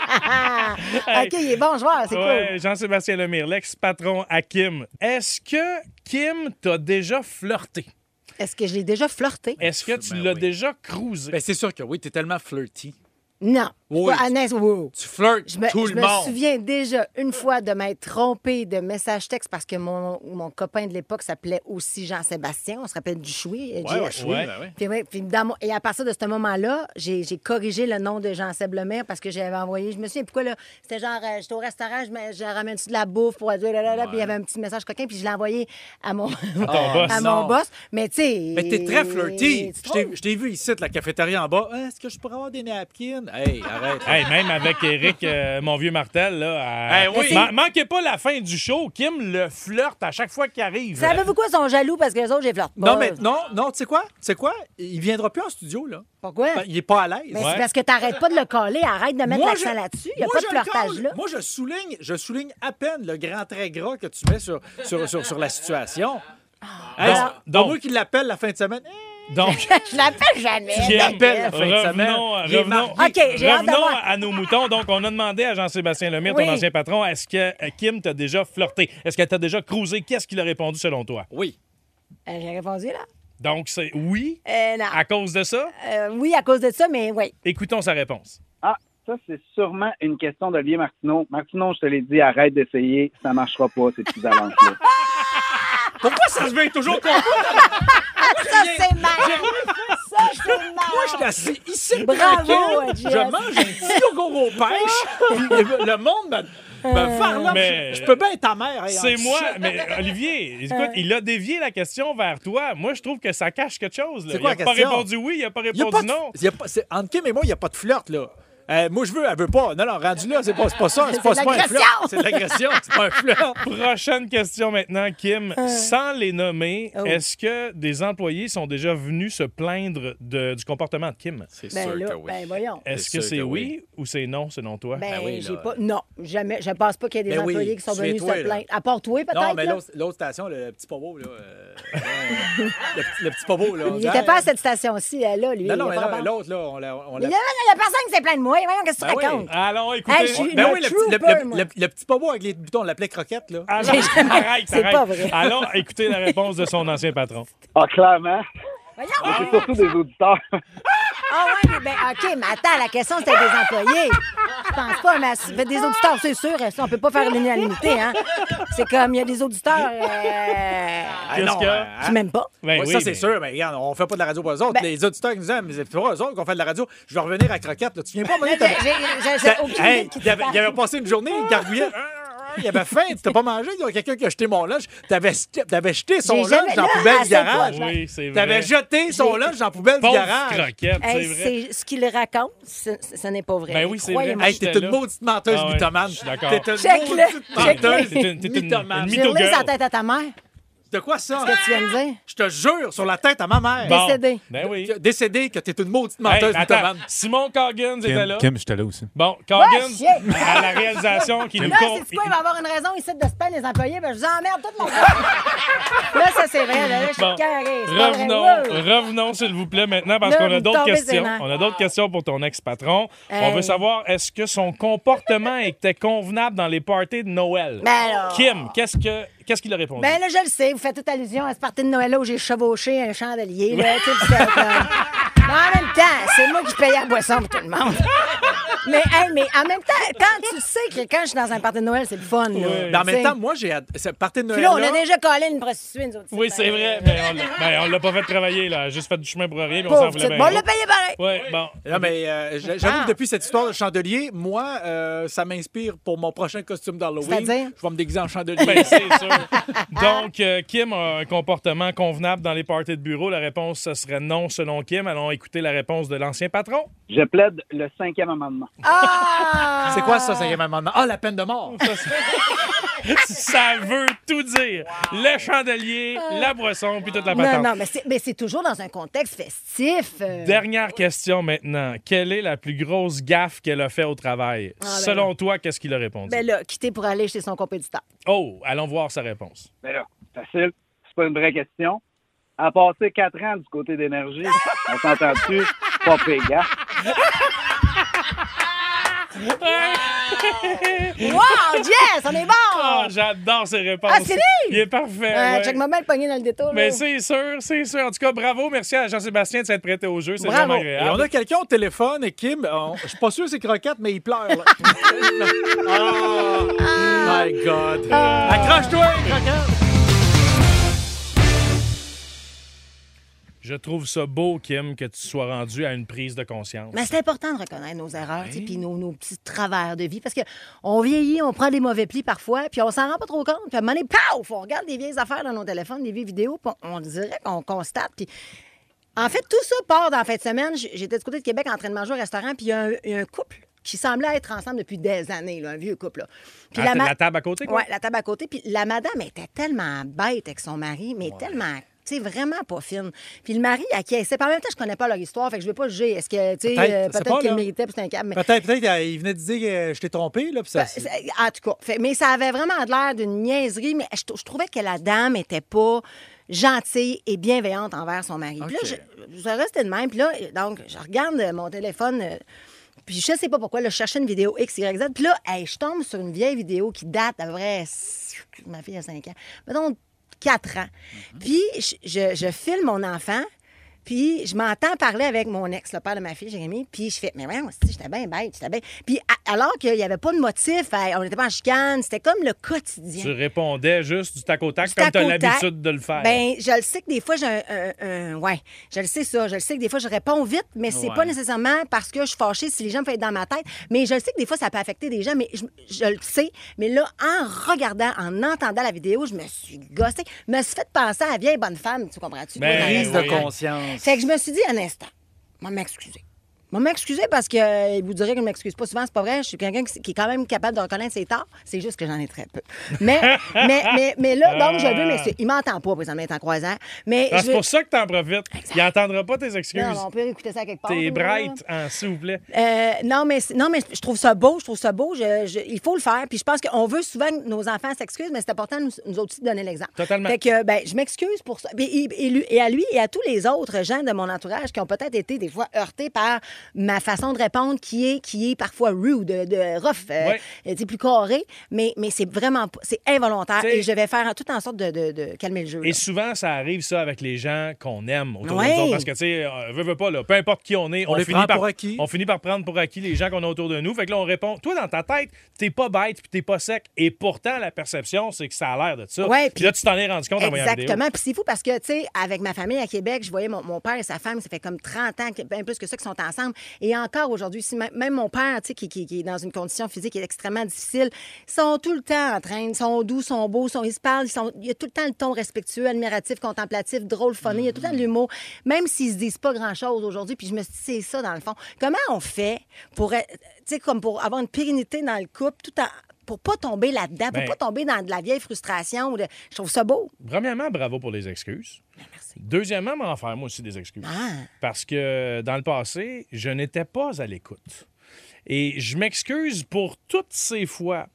OK, il est bon joueur, c'est cool.
Ouais, Jean-Sébastien Lemire, l'ex-patron à Kim. Est-ce que Kim t'a déjà flirté?
Est-ce que je l'ai déjà flirté?
Est-ce que tu
Ben
l'as
oui.
déjà cruisé?
Ben, c'est sûr que oui, t'es tellement flirty.
Non.
Oui.
Pas honnête, wow, wow.
Tu flirtes
Je me,
tout
je
le
me
monde.
souviens déjà une fois de m'être trompée de message texte parce que mon, mon copain de l'époque s'appelait aussi Jean-Sébastien. On se rappelle du Choui. euh, JS.
Ouais, ouais, je suis,
Ouais.
ben ouais.
Puis ouais, puis dans mon- et à partir de ce moment-là, j'ai j'ai corrigé le nom de Jean-Seb Lemire parce que j'avais envoyé. Je me souviens pourquoi, là. C'était genre, euh, j'étais au restaurant, je, me- je ramène-tu de la bouffe pour dire, là, là, là, puis il y avait un petit message coquin, puis je l'ai envoyé à mon,
ton boss.
à mon
non.
boss. Mais tu sais.
Mais t'es très flirty.
tu
Je t'ai-
trouves?
Je t'ai vu ici, de la cafétéria en bas. Ah, Est-ce que je pourrais avoir des napkins? Hey, arrête.
Hey, même avec Eric, euh, mon vieux Martel, là. euh,
Hey, Ben oui.
ma- manquez pas la fin du show. Kim le flirte à chaque fois qu'il arrive.
Savez-vous quoi, ils sont jaloux parce que les autres, j'ai flirté.
Non,
pas.
mais non, non, tu sais quoi? Tu sais quoi? Il viendra plus en studio, là.
Pourquoi?
Ben, il est pas à l'aise.
Mais
Ouais.
c'est parce que t'arrêtes pas de le coller, arrête de mettre
Moi,
l'accent
je-
là-dessus. Il n'y a
moi,
pas de
je le
flirtage
colle.
là.
Moi, je souligne, je souligne à peine le grand trait gras que tu mets sur, sur, sur, sur la situation.
Ah.
Hey,
Donc-
c'est-
donc-
pas moi qui l'appelle la fin de semaine. Hey,
Donc,
Je l'appelle jamais.
Kim,
l'appelle la fin de semaine.
revenons,
Il est
revenons,
marié.
OK, j'ai hâte de
revenons
voir.
à nos moutons. Donc, on a demandé à Jean-Sébastien Lemire,
Oui.
ton ancien patron, est-ce que euh, Kim t'a déjà flirté? Est-ce qu'elle t'a déjà cruisé? Qu'est-ce qu'il a répondu selon toi?
Oui.
Euh, J'ai répondu là.
Donc, c'est oui
Euh, non.
à cause de ça?
Euh, oui, à cause de ça, mais oui.
Écoutons sa réponse.
Ah, ça, c'est sûrement une question d'Olivier Martineau. Martineau, je te l'ai dit, arrête d'essayer, ça marchera pas, ces petites allances-là.
Pourquoi ça se veut toujours contre moi?
Ça, c'est mal. ça, c'est
Moi, je suis
mal.
assis ici.
Bravo,
tranquille.
Jess.
Je mange un petit yogourt aux pêches. puis le monde me,
Euh,
me farlope.
Mais-
Je peux bien être ta mère. hey,
C'est
en
moi,
shit.
mais Olivier,
Euh.
écoute, il a dévié la question vers toi. Moi, je trouve que ça cache quelque chose. là.
C'est quoi
il a
la
pas
question?
répondu oui, il a pas
Il y a
répondu
pas de-
non.
il y a pas- c'est- entre Kim et moi, il n'y a pas de flirt, là. Euh, moi, je veux, elle veut pas. Non, non, rendu là, c'est pas, c'est pas ça. C'est pas,
C'est de
c'est pas un flirt.
l'agression.
C'est de l'agression, c'est pas un flirt.
Prochaine question maintenant, Kim. Sans les nommer,
Euh. Oh.
est-ce que des employés sont déjà venus se plaindre de- du comportement de Kim?
C'est
Ben là, ben voyons.
Est-ce
C'est
que
sûr
c'est
que
oui ou c'est non selon toi?
Ben,
ben oui,
j'ai
là.
pas. Non, jamais. Je pense pas qu'il y a des
Ben oui,
employés qui sont
tu es
venus
toi,
se
là.
plaindre. À part toi, peut-être.
Non, mais
là.
l'autre l'autre station, le petit povo, là. euh, le, petit- le petit povo, là. on
Il
dit,
n'était
hey,
pas à cette station-ci, euh, là, lui.
Non, non,
il
mais
est pas
là,
bon.
l'autre, là, on l'a. on
Mais
l'a-
il y a- il y a personne qui s'est plaint de moi. Voyons, qu'est-ce que
Ben
tu
oui.
racontes?
Allons écouter.
Hey, je suis-
Ben
le
oui, le,
trooper,
petit- le- le-
moi.
le- le petit povo avec les boutons, on l'appelait croquette, là.
Allons- Arrête,
C'est
arrête.
pas vrai.
Allons écouter la réponse de son ancien patron.
Ah, clairement.
Voyons.
Mais c'est surtout des auditeurs.
Ah ouais, mais ben, OK, mais attends, la question, c'était des employés. Je pense pas, mais c'est- ben, des auditeurs, c'est sûr. Ça, on peut pas faire l'unanimité, hein. C'est comme, il y a des auditeurs euh,
Ah,
Qu'est-ce
non,
que-
euh, hein.
qui m'aiment pas.
Ben
Ouais,
oui,
ça, c'est
mais-
sûr, mais regarde, on fait pas de la radio pour eux autres.
Ben-
Les auditeurs qui nous aiment, mais c'est pas eux autres qu'on fait de la radio. Je vais revenir à Croquette, là. Tu viens pas, mon
J'ai- j'ai- j'ai- j'ai aucune idée
Hey,
de qui tu
il, avait,
parles. Ah,
il avait passé une journée, il gargouillait. il avait faim, tu t'as pas mangé, il y a quelqu'un qui a jeté mon lunch. T'avais avais jeté son
J'ai jamais-
lunch dans la
là,
poubelle
à
du
ce
garage.
point-là.
Oui, c'est vrai.
T'avais jeté son lunch dans la poubelle du
Pauvre
garage.
croquette,
Hey,
c'est vrai.
c'est- ce qu'il raconte, ce, ce n'est pas vrai.
Ben oui, c'est vrai.
Croyez-moi.
Hey, t'es
J'étais
une
là.
maudite menteuse
Ah ouais,
mythomane.
je suis d'accord.
T'es une
Check-le,
maudite
check-le.
menteuse
T'es une- t'es une-
mythomane.
une mytho-
J'ai
girl.
la tête à ta mère.
De quoi ça?
Qu'est-ce que tu viens de dire?
Je te jure, sur la tête à ma mère.
Bon.
Décédé.
Ben oui.
Tu as Décédé que t'es une maudite
Hey,
menteuse
attends,
mythomane.
Simon Coggins était là.
Kim, Kim j'étais là aussi.
Bon, Coggins,
Ouais, Oh, shit.
à la réalisation qui nous
Là,
compte.
c'est quoi? Il va avoir une raison ici de se plaindre les employés. Ben, je vous emmerde toute la journée. là, ça, c'est vrai. Là, là, je suis
Bon,
carré. C'est pas vrai.
Revenons, Euh,
Wow.
revenons s'il vous plaît maintenant parce
Là,
qu'on
vous
a d'autres
tombez Ah. sur
questions.
les nerfs.
On a d'autres questions pour ton ex-patron. On
Hey.
veut savoir est-ce que son comportement était convenable dans les parties de Noël.
Ben alors.
Kim, qu'est-ce que qu'est-ce qu'il a répondu
Ben là, je le sais, vous faites toute allusion à ce party de Noël là où j'ai chevauché un chandelier. Là, tu sais, puis c'est, euh, mais en même temps, c'est moi qui payais la boisson pour tout le monde. mais, hey, mais en même temps, quand tu sais que quand je suis dans un party de Noël, c'est le fun. Là,
Mais en
tu sais.
même temps, moi, j'ai. ad- Cette partie de
Puis
Noël.
là, on a déjà collé une prostituée, nous autres.
Oui, c'est vrai, mais on l'a- ben, on l'a pas fait travailler là, juste fait du chemin pour rien, mais on s'en
Pauvre
voulait
petite. ben.
bien.
Bon, on
gros.
l'a payé pareil.
Ouais, bon.
Là, mais euh, j'a- j'avoue
Ah.
que depuis cette histoire de chandelier, moi, euh, ça m'inspire pour mon prochain costume d'Halloween.
C'est-à-dire?
Je vais me déguiser en chandelier.
Ben, c'est sûr. Donc, euh, Kim a un comportement convenable dans les parties de bureau. La réponse, ce serait non selon Kim. Allons écouter la réponse de l'ancien patron.
Je plaide le cinquième amendement.
Ah!
c'est quoi ça, cinquième amendement? Ah, la peine de mort!
Ça veut tout dire. Le chandelier, la boisson, puis toute la
Non,
patente.
non, mais c'est, mais c'est toujours dans un contexte festif. euh.
Dernière question maintenant. Quelle est la plus grosse gaffe qu'elle a fait au travail?
ben
Selon toi, qu'est-ce qu'il a répondu?
Ben là, quitter pour aller chez son compétiteur.
Oh, allons voir sa réponse.
Mais là, facile. C'est pas une vraie question. À passer quatre ans du côté d'énergie, on s'entend-tu? Pas pire, gars.
Wow, yes, on est bon!
Ah, j'adore ses réponses.
Ah, c'est lui?
Il est parfait.
Euh,
ouais.
Check-moi bien le pogné dans le détour.
Mais
là.
c'est sûr, c'est sûr. En tout cas, bravo. Merci à Jean-Sébastien de s'être prêté au jeu. C'est
Bravo.
vraiment
Et on
agréable.
a quelqu'un au téléphone et Kim, euh, on- je suis pas sûr c'est croquette, mais il pleure. Là. oh, my God. Ah! Accroche-toi, croquette.
Je trouve ça beau, Kim, que tu sois rendu à une prise de conscience.
Mais c'est important de reconnaître nos erreurs, tu sais, puis nos, nos petits travers de vie, parce que on vieillit, on prend des mauvais plis parfois, puis on s'en rend pas trop compte. Puis à un moment donné, paf, on regarde des vieilles affaires dans nos téléphones, des vieilles vidéos, puis on, on dirait qu'on constate. Puis en fait, tout ça part dans la fin de semaine. J- J'étais du côté de Québec en train de manger au restaurant, puis il y a un, il y a un couple qui semblait être ensemble depuis des années, là, un vieux couple. Là. Puis
Ah, c'est
ma-
la table à côté, quoi?
Ouais, la table à côté. Puis la madame était tellement bête avec son mari, mais tellement. Tu sais, vraiment pas fine. Puis le mari acquiesçait. Puis en même temps, je connais pas leur histoire, fait que je vais pas juger. Est-ce que, tu sais,
Peut-être,
euh,
je sais
peut-être
pas,
qu'il
là.
méritait, puis c'est un câble. mais-
Peut-être, peut-être, euh, il venait de dire que je t'ai trompé, là, puis ça. c'est-
Ben, c'est- En tout cas, fait- mais Bah, ça avait vraiment l'air d'une niaiserie, mais je, t- je trouvais que la dame était pas gentille et bienveillante envers son mari. Puis là,
OK.
je, je restais de même. Puis là, donc, je regarde euh, mon téléphone. euh, puis je sais pas pourquoi, là, je cherchais une vidéo X, Y, Z. Puis là, hey, je tombe sur une vieille vidéo qui date à peu près... Ma fille a 5 ans. Mettons 4 ans.
Mhm.
Puis je, je, je filme mon enfant. Puis je m'entends parler avec mon ex, le père de ma fille, Jérémy. Puis je fais, mais voyons, si, j'étais bien bête, j'étais bien... Puis a- alors qu'il n'y avait pas de motif, hey, on n'était pas en chicane, c'était comme le quotidien.
Tu répondais juste du tac au tac,
Du
comme
tac
tu as
au tac.
l'habitude de le faire.
Ben, je le sais que des fois, j'ai un, un- un- Ouais, je le sais ça. Je le sais que des fois, je réponds vite, mais c'est
Ouais.
pas nécessairement parce que je suis fâchée si les gens me font être dans ma tête. Mais je le sais que des fois, ça peut affecter des gens, mais je, je le sais. Mais là, en regardant, en entendant la vidéo, je me suis gossée. Je me suis fait penser à la vieille bonne femme, tu comprends-tu?
Ben
Dans
Prise
l'instant.
de conscience.
Fait que je me suis dit un instant, je vais m'excuser. Je vais m'excuser parce que euh, vous direz que je m'excuse pas souvent, c'est pas vrai. Je suis quelqu'un qui, qui est quand même capable de reconnaître ses torts. C'est juste que j'en ai très peu. Mais, mais, mais, mais là, donc, je veux m'excuser. Il m'entend pas, présentement, il est en croisant. Mais
Euh. Ah,
je
c'est
veux-
pour ça que t'en profites. Il n'entendra pas tes excuses.
Non, mais on peut écouter ça quelque part.
T'es
là.
bright, hein, s'il vous plaît.
Euh, non, mais, c'est- non, mais je trouve ça beau, je trouve ça beau. Je- je- il faut le faire. Puis je pense qu'on veut souvent que nos enfants s'excusent, mais c'est important, nous, nous autres aussi, de donner l'exemple.
Totalement.
Fait que, ben, je m'excuse pour ça. Puis il- il- lui- et à lui et à tous les autres gens de mon entourage qui ont peut-être été des fois heurtés par ma façon de répondre qui est, qui est parfois rude, de rough, euh,
Ouais.
euh, tu sais, plus carré. Mais, mais c'est vraiment pas- c'est involontaire.
T'sais-
Et je vais faire tout en sorte de, de- de calmer le jeu.
Et
là.
souvent, ça arrive, ça, avec les gens qu'on aime autour de
Ouais.
nous autres. Parce que, tu sais, euh, veux, veux pas, là, peu importe qui on est,
On les
finit
prend
par,
pour acquis.
On finit par prendre pour acquis les gens qu'on a autour de nous. Fait que là, on répond, toi, dans ta tête, t'es pas bête, puis t'es pas sec. Et pourtant, la perception, c'est que ça a l'air de ça.
Ouais,
puis
puis-
là, tu t'en es rendu compte en voyant la vidéo.
Exactement. Puis c'est fou parce que, tu sais, avec ma famille à Québec, je voyais mon, mon père et sa femme, ça fait comme 30 ans, bien plus que ça, qu'ils sont ensemble. ensemble. Et encore aujourd'hui, si même- même mon père, tu sais, qui, qui- qui est dans une condition physique extrêmement difficile, ils sont tout le temps en train, ils sont doux, sont beaux, sont, ils se parlent, ils sont, il y a tout le temps le ton respectueux, admiratif, contemplatif, drôle, funny, il y a tout le temps de l'humour, même s'ils se disent pas grand-chose aujourd'hui. Puis je me suis dit, c'est ça, dans le fond. Comment on fait pour, être- tu sais, comme pour avoir une pérennité dans le couple tout en pour pas tomber là-dedans, pour
Ben-
pas tomber dans de la vieille frustration. ou de- Je trouve ça beau.
Premièrement, bravo pour les excuses. Deuxièmement, m'en faire moi aussi des excuses.
Ben, Ah.
Parce que dans le passé, je n'étais pas à l'écoute. Et je m'excuse pour toutes ces fois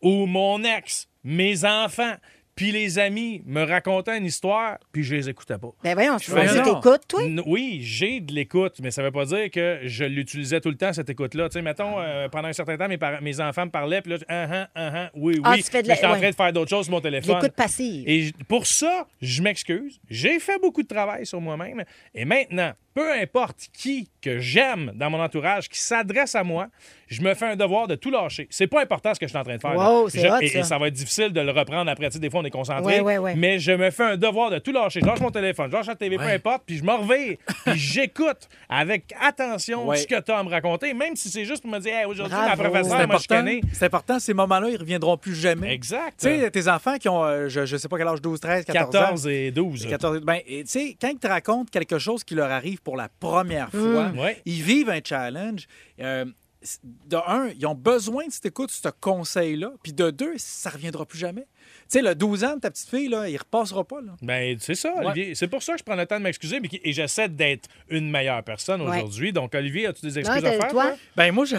où mon ex, mes enfants, puis les amis me racontaient une histoire, puis je les écoutais pas.
Ben voyons, tu
fais non.
t'écoutes, toi?
N- Oui, j'ai de l'écoute, mais ça veut pas dire que je l'utilisais tout le temps, cette écoute-là. Tu sais, mettons, euh, pendant un certain temps, mes, par- mes enfants me parlaient, puis là, ah, ah, ah, ah, oui,
Ah,
oui.
tu fais de la-
mais j'étais en
ouais.
train de faire d'autres choses sur mon téléphone.
L'écoute passive.
Et j- pour ça, je m'excuse. J'ai fait beaucoup de travail sur moi-même. Et maintenant, peu importe qui que j'aime dans mon entourage qui s'adresse à moi, je me fais un devoir de tout lâcher. C'est pas important ce que je suis en train de faire. là.
Wow, c'est
Je-
hot,
et,
ça.
et ça va être difficile de le reprendre après. Tu sais, des fois, on est concentré.
Ouais, ouais, ouais.
Mais je me fais un devoir de tout lâcher. Je lâche mon téléphone, je lâche la TV, peu importe, puis je m'en revire. puis j'écoute avec attention
Ouais.
ce que tu as à me raconter, même si c'est juste pour me dire Hey, aujourd'hui,
Bravo.
ma
C'est
professeure m'a
important,
chicané.
c'est important, ces moments-là, ils reviendront plus jamais.
Exact.
Tu sais, tes enfants qui ont, euh, je, je sais pas quel âge, 12, 13, 14,
14
ans.
et 12.
14, ben, et tu sais, quand ils te racontent quelque chose qui leur arrive pour la première
Mm.
fois,
Ouais.
ils vivent un challenge. Euh, c- de un, ils ont besoin de cette écoute, ce conseil-là. Puis de deux, ça reviendra plus jamais. Tu sais, le 12 ans de ta petite fille, là, il repassera pas. Là.
Ben, c'est ça, Olivier. C'est pour ça que je prends le temps de m'excuser mais qui- et j'essaie d'être une meilleure personne
Ouais.
aujourd'hui. Donc, Olivier, as-tu des
Non,
excuses à
t'as-
faire?
toi?
Ben moi, je,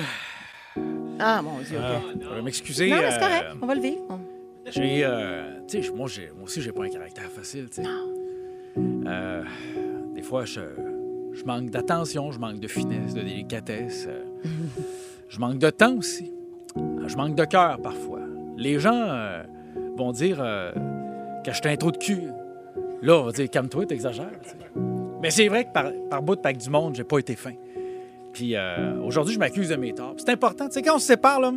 Ah, mon Dieu. ok.
je vais m'excuser.
non, mais c'est
euh,
correct. On va le vivre. On-
J'ai. euh, tu sais, moi, j'ai- moi aussi, j'ai pas un caractère facile, tu sais. Euh, des fois, je, je manque d'attention, je manque de finesse, de délicatesse. euh, je manque de temps aussi. Euh, Je manque de cœur parfois. Les gens euh, vont dire euh, que je suis un trou de cul. Là, on va dire calme-toi, t'exagères. tu sais. Mais c'est vrai que par, par bout de pack du monde, j'ai pas été fin. Puis euh, aujourd'hui, je m'accuse de mes torts. C'est important. Tu sais, quand on se sépare, là,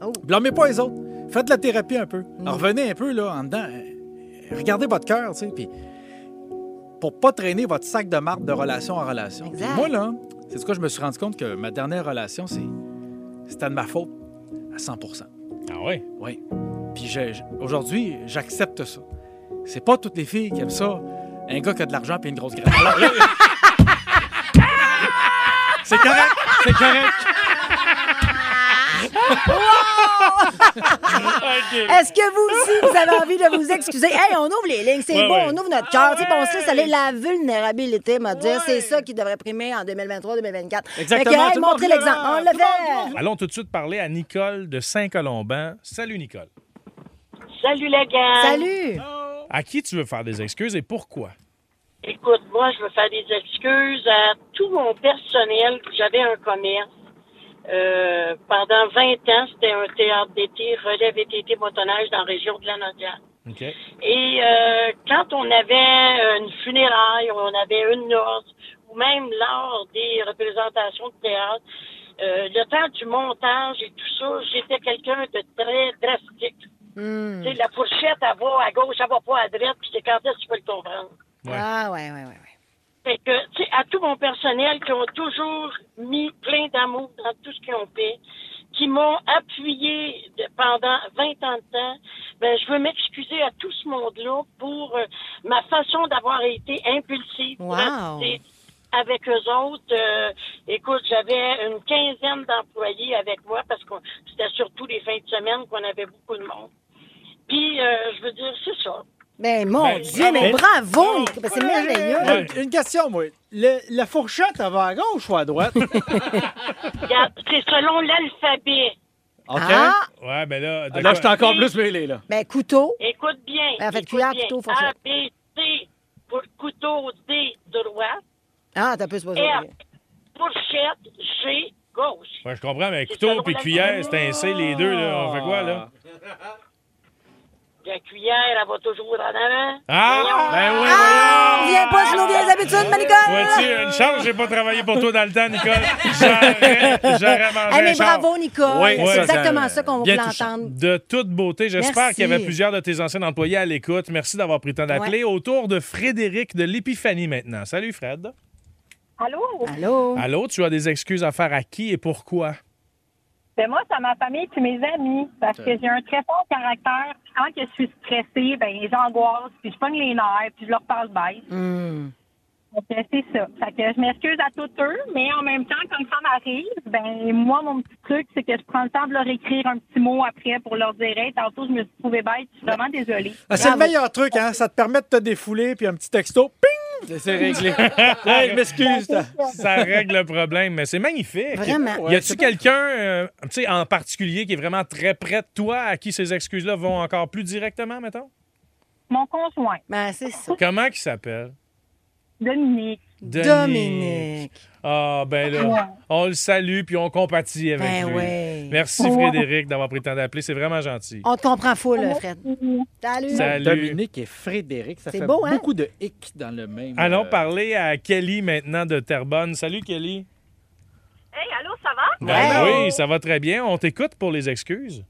Oh. Mm.
blâmez pas les autres. Faites de la thérapie un peu. Alors, Revenez un peu là, en dedans. Euh, Regardez votre cœur, tu sais. Puis pour pas traîner votre sac de marde de relation en relation. Puis
Exact.
moi, là, c'est ce que je me suis rendu compte que ma dernière relation, c'est c'était de ma faute à 100
Ah ouais.
Oui. Puis j'ai- j'- aujourd'hui, j'accepte ça. C'est pas toutes les filles qui aiment ça. Un gars qui a de l'argent puis une grosse graine. Alors, là- c'est correct, c'est correct.
Est-ce que vous aussi, vous avez envie de vous excuser? Hey, on ouvre les lignes, c'est
Ouais,
bon,
ouais.
on ouvre notre cœur. Tu sais, puis on se laisse aller la vulnérabilité, m'a dire. C'est ça qui devrait primer en 2023-2024.
Exactement,
Fait que, hey,
tout le monde
montrez
violent,
l'exemple. On le
tout le monde
fait.
Allons tout de suite parler à Nicole de Saint-Colomban. Salut, Nicole.
Salut la gang.
Salut.
À qui tu veux faire des excuses et pourquoi?
Écoute, moi, je veux faire des excuses à tout mon personnel. J'avais un commerce. Euh, pendant 20 ans, c'était un théâtre d'été, relais VTT motoneige dans la région de la Nodière.
OK.
Et euh, quand on avait euh, une funéraille, on avait une noce, ou même lors des représentations de théâtre, euh, le temps du montage et tout ça, j'étais quelqu'un de très drastique.
Hmm.
Tu sais, la fourchette, elle va à gauche, elle va pas à droite, puis c'est quand est-ce que tu peux le comprendre?
Ouais.
Ah, ouais, ouais, ouais. ouais.
Fait que, tu sais, à tout mon personnel qui ont toujours mis plein d'amour dans tout ce qu'ils ont fait, qui m'ont appuyé de- pendant 20 ans de temps, ben, je veux m'excuser à tout ce monde-là pour euh, ma façon d'avoir été impulsive.
Wow.
Et Avec eux autres, euh, écoute, j'avais une quinzaine d'employés avec moi parce que c'était surtout les fins de semaine qu'on avait beaucoup de monde. Puis, euh, je veux dire, c'est ça.
Ben, mon
Ben,
Dieu, mais bravo,
bravo.
Nick. Ben, C'est merveilleux.
Ouais.
Une, une question, moi. Le- la fourchette, elle va à gauche ou à droite? OK.
Regarde, C'est selon l'alphabet.
Ah,
Ouais, ben là. de
Là,
quoi-
je suis encore plus mêlé, là.
ben, couteau.
Écoute bien.
Ben, en fait,
écoute
cuillère,
bien.
couteau, fourchette.
A, B, C pour couteau, D, droit.
Ah, t'as plus besoin.
Et après, fourchette, G, gauche.
Ouais, je comprends, mais
C'est
couteau
selon
puis
la-
cuillère, c'est un C, les deux, là. On fait quoi, là?
La cuillère, elle va toujours en avant.
Ah! Ben oui,
Ah, on vient pas sur nos vieilles habitudes, ma Nicole.
Vois-tu, une chance, j'ai pas travaillé pour toi dans le temps, Nicole. J'aurais j'aurais mangé
Eh,
un
mais
char.
bravo, Nicole.
Oui,
c'est
Ah, ouais, ça,
exactement ça qu'on
bien
veut l'entendre.
De toute beauté. J'espère
Merci.
qu'il y avait plusieurs de tes anciens employés à l'écoute. Merci d'avoir pris le temps d'appeler. Autour de Frédéric de l'Épiphanie maintenant. Salut, Fred.
Allô?
Allô?
Allô, tu as des excuses à faire à qui et pourquoi?
Ben moi, c'est ma famille puis mes amis, parce que j'ai un très fort caractère. Quand que je suis stressée, ben j'angoisse, puis je pogne les nerfs, puis je leur parle bête. Donc, euh, c'est ça. Fait que je m'excuse à tous eux, mais en même temps, quand ça m'arrive, ben moi, mon petit truc, c'est que je prends le temps de leur écrire un petit mot après pour leur dire Hey, tantôt, je me suis trouvée bête, je suis vraiment désolée.
Ah, c'est le meilleur truc, hein? Ça te permet de te défouler, puis un petit texto, ping! C'est réglé. hey, je m'excuse. t'as-
Ça règle le problème, mais c'est magnifique.
Vraiment.
Y a-tu quelqu'un euh, tu sais, en particulier qui est vraiment très près de toi, à qui ces excuses-là vont encore plus directement, mettons?
Mon conjoint,
Ben, c'est ça.
Comment il s'appelle?
Dominique,
Denis.
Dominique.
Ah, ben là, on le salue puis on compatit avec
Ben
lui.
ouais.
Merci Frédéric d'avoir pris le temps d'appeler, c'est vraiment gentil.
On te comprend full, Fred. Salut.
Salut.
Dominique et Frédéric, ça
C'est
fait
beau, hein?
beaucoup de hic dans le même.
Allons
euh,
parler à Kelly maintenant de Terrebonne. Salut Kelly.
Hey, allô, ça va?
Ben
Ouais.
oui, ça va très bien. On t'écoute pour les excuses.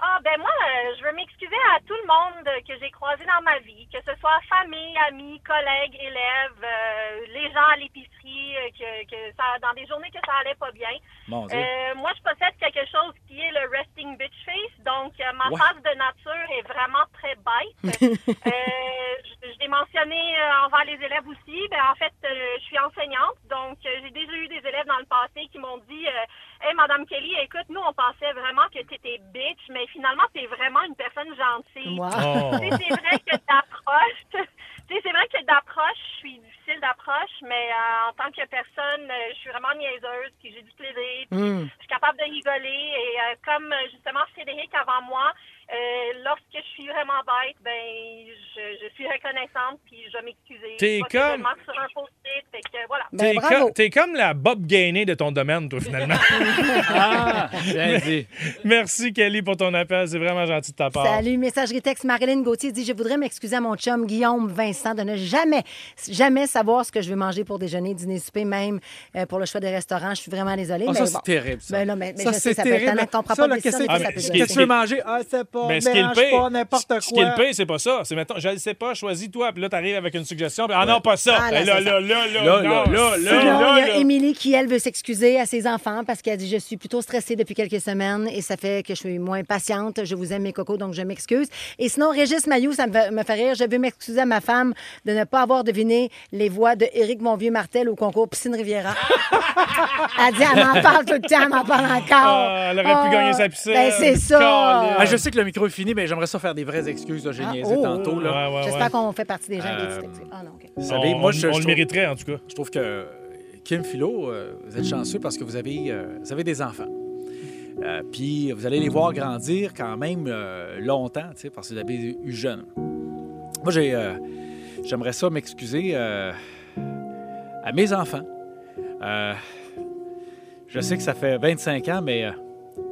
Ah, ben moi, euh, je veux m'excuser à tout le monde que j'ai croisé dans ma vie, que ce soit famille, amis, collègues, élèves, euh, les gens à l'épicerie, euh, que, que ça, dans des journées que ça allait pas bien.
Mon Dieu.
Euh, moi, je possède quelque chose qui est le resting bitch face, donc euh, ma
Ouais.
face de nature est vraiment très bête. Euh, je je l'ai mentionné euh, envers les élèves aussi. Ben, en fait, euh, je suis enseignante, donc euh, j'ai déjà eu des élèves dans le passé qui m'ont dit euh, Hey, Madame Kelly, écoute, nous, on pensait vraiment que t'étais bitch, mais finalement, t'es vraiment une personne gentille.
Moi.
Oh.
Tu
Ben,
sais, c'est vrai que d'approche, tu sais, c'est vrai que d'approche, je suis difficile d'approche, mais euh, en tant que personne, euh, je suis vraiment niaiseuse, puis j'ai du plaisir, puis
Hmm.
Mm.
je suis capable de rigoler. Et euh, comme euh, justement Frédéric avant moi, euh, lorsque je suis vraiment bête, ben je, je suis reconnaissante, puis je vais m'excuser.
T'es
Je vais
comme-
simplement sur un post-it, fait que voilà.
Ben,
T'es
bravo.
co- T'es comme la Bob Gainey de ton domaine, toi, finalement.
Ah, bien dit.
Merci, Kelly, pour ton appel. C'est vraiment gentil de ta part.
Salut, messagerie texte. Marilyn Gauthier dit Je voudrais m'excuser à mon chum Guillaume Vincent de ne jamais, jamais savoir ce que je vais manger pour déjeuner, dîner, souper, même euh, pour le choix des restaurants. Je suis vraiment désolée.
Ah,
mais
ça, c'est
bon.
terrible, ça.
Ben là, mais, mais
ça,
je sais,
c'est
ça peut être
terrible.
tannant. Je comprends
Ça,
pas
là,
des
qu'est-ce
décisions,
que-
des fois,
Ah, mais
ça peut
qu'est-ce
ce qui-
que
être
tu veux manger? Ah, c'est pas,
Mais Ben, ce qui est le
mélange pas
pire,
n'importe quoi.
ce qui est le pire, c'est pas ça. C'est maintenant, je le sais pas, choisis-toi. Puis là, t'arrives avec une suggestion. puis, ah non, pas ça.
Ah, là,
Eh, là,
c'est
là,
ça.
là, là,
Là,
non, là,
là, c'est-
Non,
là,
il y a
là.
Émilie qui, elle, veut s'excuser à ses enfants parce qu'elle dit Je suis plutôt stressée depuis quelques semaines et ça fait que je suis moins patiente. Je vous aime, mes cocos, donc je m'excuse. Et sinon, Régis Mailloux, ça me fait, me fait rire. Je veux m'excuser à ma femme de ne pas avoir deviné les voix de Éric Monvieux Martel au concours Piscine Riviera. elle dit Elle m'en parle tout le temps, elle m'en parle encore.
Ah, elle aurait pu
Ah,
gagner sa piscine.
Ben, c'est
Colin.
ça.
Ah, je sais que le micro est fini, mais j'aimerais ça faire des vraies excuses. là, J'ai
Ah,
niaisé
oh,
tantôt. Là.
Ouais, ouais,
J'espère
ouais.
qu'on fait partie des gens qui
Euh,
disent que- Ah non, OK.
Vous
On-
savez, moi,
on-
je,
on
je
le
trouve-
mériterait, en tout cas.
je trouve que euh, Kim Philo, euh, vous êtes chanceux parce que vous avez, euh, vous avez des enfants. Euh, Puis vous allez les voir grandir quand même euh, longtemps, tu sais, parce que vous avez eu jeune. Moi, j'ai, euh, j'aimerais ça m'excuser euh, à mes enfants. Euh, je sais que ça fait 25 ans, mais euh,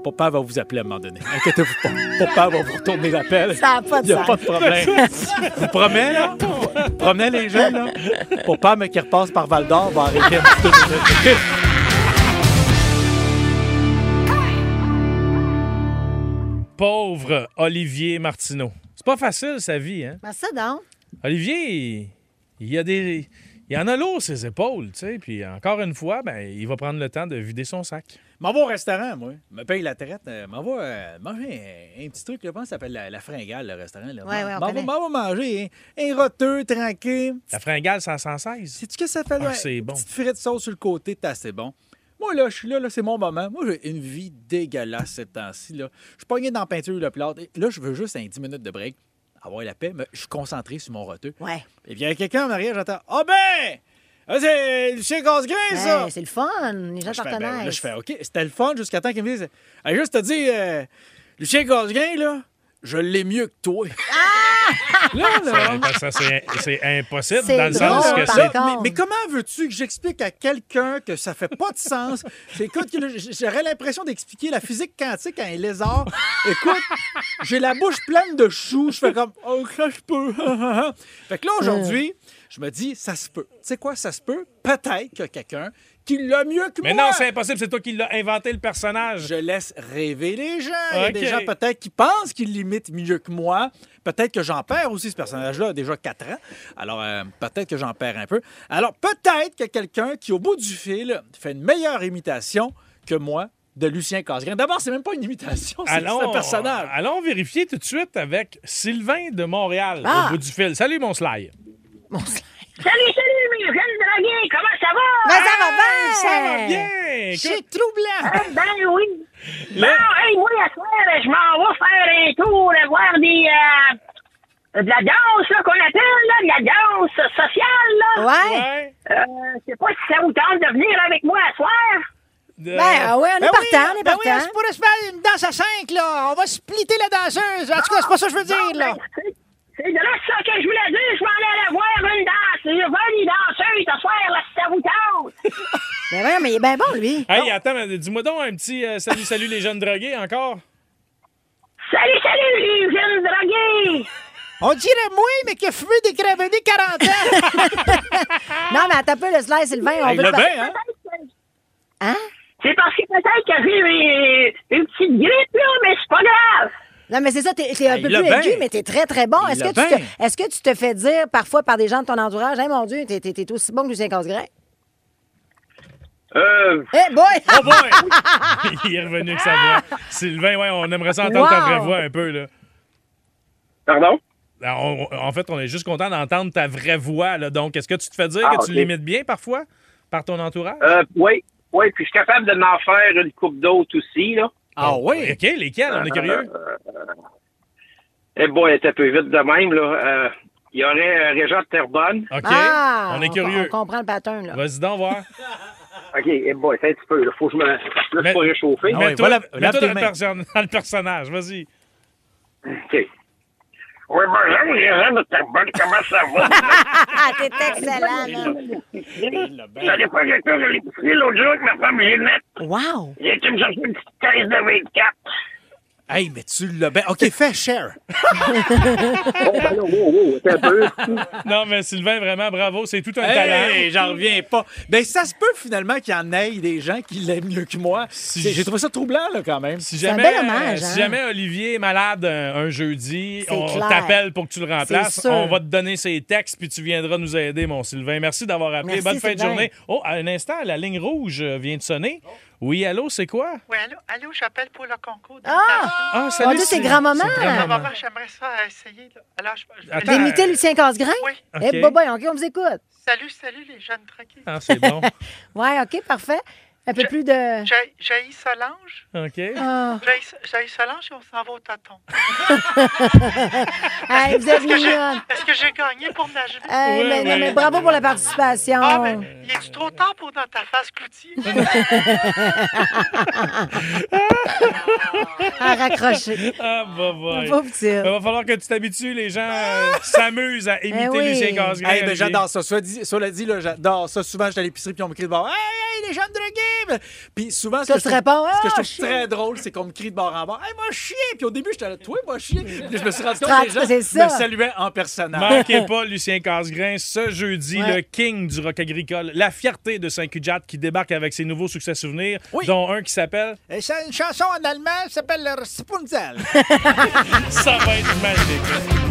papa va vous appeler à un moment donné. Inquiétez-vous pas. Papa va vous retourner l'appel.
Ça n'a pas de
Il n'y a
sens.
pas de problème. Vous promenez, là? Vous promenez les jeunes, là? Pour pas, mais qui repasse par Val d'Or, va arrêter un petit peu de-
Pauvre Olivier Martineau. C'est pas facile, sa vie, hein?
Ben, ça, donc.
Olivier, il y a des. Il y en a lourd ses épaules, tu sais. Puis encore une fois, ben, il va prendre le temps de vider son sac.
M'en vais au restaurant, moi. Me paye la traite. euh, M'en vais euh, manger un, un petit truc, là, je pense que ça s'appelle la, la fringale, le restaurant. Là.
Ouais, ouais, on
M'en vais-
connaît.
m'en vais manger un, un roteux, tranquille.
La fringale, c'est en 116.
Sais-tu que ça fait?
Ah,
ouais,
c'est bon.
Petite frite sauce sur le côté, t'as assez bon. Moi, là, je suis là, là c'est mon moment. Moi, j'ai une vie dégueulasse ces temps-ci. Là. Je suis pogné dans la peinture, le plat. Et Là, je veux juste un 10 minutes de break, avoir la paix, mais je suis concentré sur mon roteux.
Ouais.
Et bien, quelqu'un en arrière, j'entends Ah ben Ah, C'est Lucien Casgrain, ça
Hey, c'est le fun. Les gens
Là, je fais,
partenaires.
ben, là, je fais OK. C'était le fun jusqu'à temps qu'ils me disent Hey, Juste te dire, euh, Lucien Casgrain, là, je l'ai mieux que toi.
Ah!
là, là.
Ben, ça, c'est c'est impossible
C'est
dans le
drôle,
sens
Là,
que
par
c'est.
contre.
mais, mais comment veux-tu que j'explique à quelqu'un que ça fait pas de sens? C'est- Écoute, que là, j- j'aurais l'impression d'expliquer la physique quantique à un lézard. Écoute,
Euh.
j'ai la bouche pleine de choux. Je fais comme, oh, ça, je peux. fait que là, aujourd'hui, je me dis, ça se peut. Tu sais quoi, ça se peut? Peut-être que quelqu'un qui l'a mieux que
Mais
moi.
non, c'est impossible, c'est toi qui l'as inventé le personnage.
Je laisse rêver les gens. Il y a des
OK.
gens peut-être qui pensent qu'ils l'imitent mieux que moi. Peut-être que j'en perds aussi, ce personnage-là a déjà 4 ans. Alors, euh, peut-être que j'en perds un peu. Alors, peut-être que quelqu'un qui, au bout du fil, fait une meilleure imitation que moi de Lucien Casgrain. D'abord, c'est même pas une imitation, c'est juste un personnage.
allons vérifier tout de suite avec Sylvain de Montréal,
Ah.
au bout du fil. Salut, mon Sly.
Salut, salut, mes jeunes dragués, comment ça va?
Ah,
Mais
hein?
ça va bien!
Ça
Eh.
va bien! Écoute,
C'est troublant!
Eh Ben oui.
là-
Bon, hey, moi, la soirée, je m'en vais faire un tour, euh, voir des. euh, de la danse, là, qu'on appelle, là, de la danse sociale, là.
Ouais.
ouais.
Euh, je sais pas si ça vous tente de venir avec moi à soir.
De-
Ben, ah ouais, on est
Ben oui,
partant, on est
ben oui,
partant.
c'est pour se faire une danse à 5, là. On va splitter la danseuse. En tout cas, c'est pas ça que je veux dire,
Bon,
là.
ben, c'est- C'est de là ça que je voulais dire, je m'en allais voir une danse, une bonne danseuse à soir, là, si ça vous tente.
Ben ouais, mais il est bien bon, lui.
Hey, attends, mais dis-moi donc un petit euh, salut, salut les jeunes drogués encore.
Salut, salut, les jeunes dragués!
On dirait moi, mais qui a fumé des cravenés 40 ans.
Non, mais attends un peu, le Sly Sylvain, on
Il
veut...
l'a
par-
bien, hein?
Hein?
C'est parce que peut-être que j'ai une, une petite grippe, là, mais c'est pas grave.
Non, mais c'est ça, t'es t'es un
Ah, Il
peu
l'a
plus aigu,
bien.
mais t'es très, très bon.
Il
Est-ce que,
l'a
tu te...
bien.
Est que tu te fais dire parfois par des gens de ton entourage, « Hey, mon Dieu, t'es- t'es t'es aussi bon que Lucien Casgrain?
Euh, »
Eh, boy!
Oh boy! Il est revenu avec sa voix. Sylvain, ouais, on aimerait ça entendre ta
Wow.
vraie voix un peu, là.
pardon?
Alors, on- on- en fait, on est juste content d'entendre ta vraie voix, là. Donc, est-ce que tu te fais dire
Ah,
que tu
ok.
l'imites bien parfois par ton entourage?
Euh, oui, oui, puis je suis capable de m'en faire une coupe d'autres aussi, là.
Ah
OK, lesquels? On est curieux.
Ah. Eh bon, elle était un peu vite de même, là. Euh, Il y aurait euh, Régent de Terrebonne.
OK,
Ah!
on est
On
curieux.
comprend le pattern, là.
Vas-y donc voir.
OK, eh boy, c'est un petit peu, là. Faut que je me... Là, je
Mais-
suis pas réchauffé.
Ah ouais,
Mets-toi
va la-
mets-toi
lave tes
dans, le
mains.
perso- dans le personnage, vas-y.
OK. Oui, bonjour, Régent de Terrebonne, comment ça va?
Ah, t'es excellent, là.
J'allais pas j'étais à l'épicerie l'autre jour avec ma femme Ginette.
Wow!
J'ai été me chercher une petite caisse de 24.
Hey, mais tu l'as bien. OK, fais cher.
Oh, ben là, wow, wow, c'est un peu...
Non, mais Sylvain, vraiment, bravo. C'est tout un talent.
Hey, j'en reviens pas. Ben, ça se peut finalement qu'il y en ait des gens qui l'aiment mieux que moi. C'est- J'ai trouvé ça troublant, là, quand même.
Si
un
jamais, euh,
bel hommage,
si
hein?
jamais Olivier est malade un, un jeudi,
C'est
on
clair.
t'appelle pour que tu le remplaces.
C'est sûr.
On va te donner ses textes puis tu viendras nous aider, mon Sylvain. Merci d'avoir appelé.
Merci,
Bonne fin de
Sylvain.
journée. Oh, à un instant, la ligne rouge euh, vient de sonner. Oui, allô, c'est quoi?
Oui, allô, allô j'appelle pour le concours.
Ah!
Ah,
Mon Dieu, c'est grand-maman!
c'est grand-maman.
Maman, j'aimerais ça euh, essayer. là. Alors, je, je vais
Attends.
aller-
D'imiter Lucien Casgrain?
Oui.
Eh,
OK.
boboy, OK, on vous écoute.
Salut, salut les jeunes traqués.
Ah, c'est bon.
Ouais, OK, parfait. Un peu plus de...
J'ai j'ai Solange.
OK.
Ah.
J'ai j'ai Solange et on s'en va au tâton.
Hey, vous êtes mignonne.
Est-ce que j'ai gagné pour ma journée?
Hey,
Ouais,
mais, non,
ouais.
mais bravo pour la participation.
Ah, ben, il est trop tard pour dans ta face, Cloutier?
À raccrocher.
Ah, bah, bah.
Pauvre petite.
Il va falloir que tu t'habitues. Les gens euh, s'amusent à imiter
Ah! Eh oui.
Lucien Casgrain.
Hey, ben,
Olivier.
j'adore ça. Soit dit, cela dit, là, j'adore ça. Souvent, j'étais à l'épicerie puis on me crie de bord. Hey, hey, les jeunes drogués! Puis souvent, ce
Ça,
que, je
tu
trouve,
réponds,
ce que je
Ah,
trouve
chier.
très drôle, c'est qu'on me crie de bord en bord. Hey, moi, chier! Puis au début, j'étais là, toi, moi, chier! Puis je me suis rendu compte
rends-
que les
c'est
gens
ça.
me saluaient en personnage.
Manquez pas Lucien Casgrain ce jeudi,
Ouais.
le king du rock agricole, la fierté de Saint-Cujat qui débarque avec ses nouveaux succès souvenirs,
Oui.
dont un qui s'appelle
Et c'est une chanson en allemand qui s'appelle le Rapunzel.
Ça va être magique.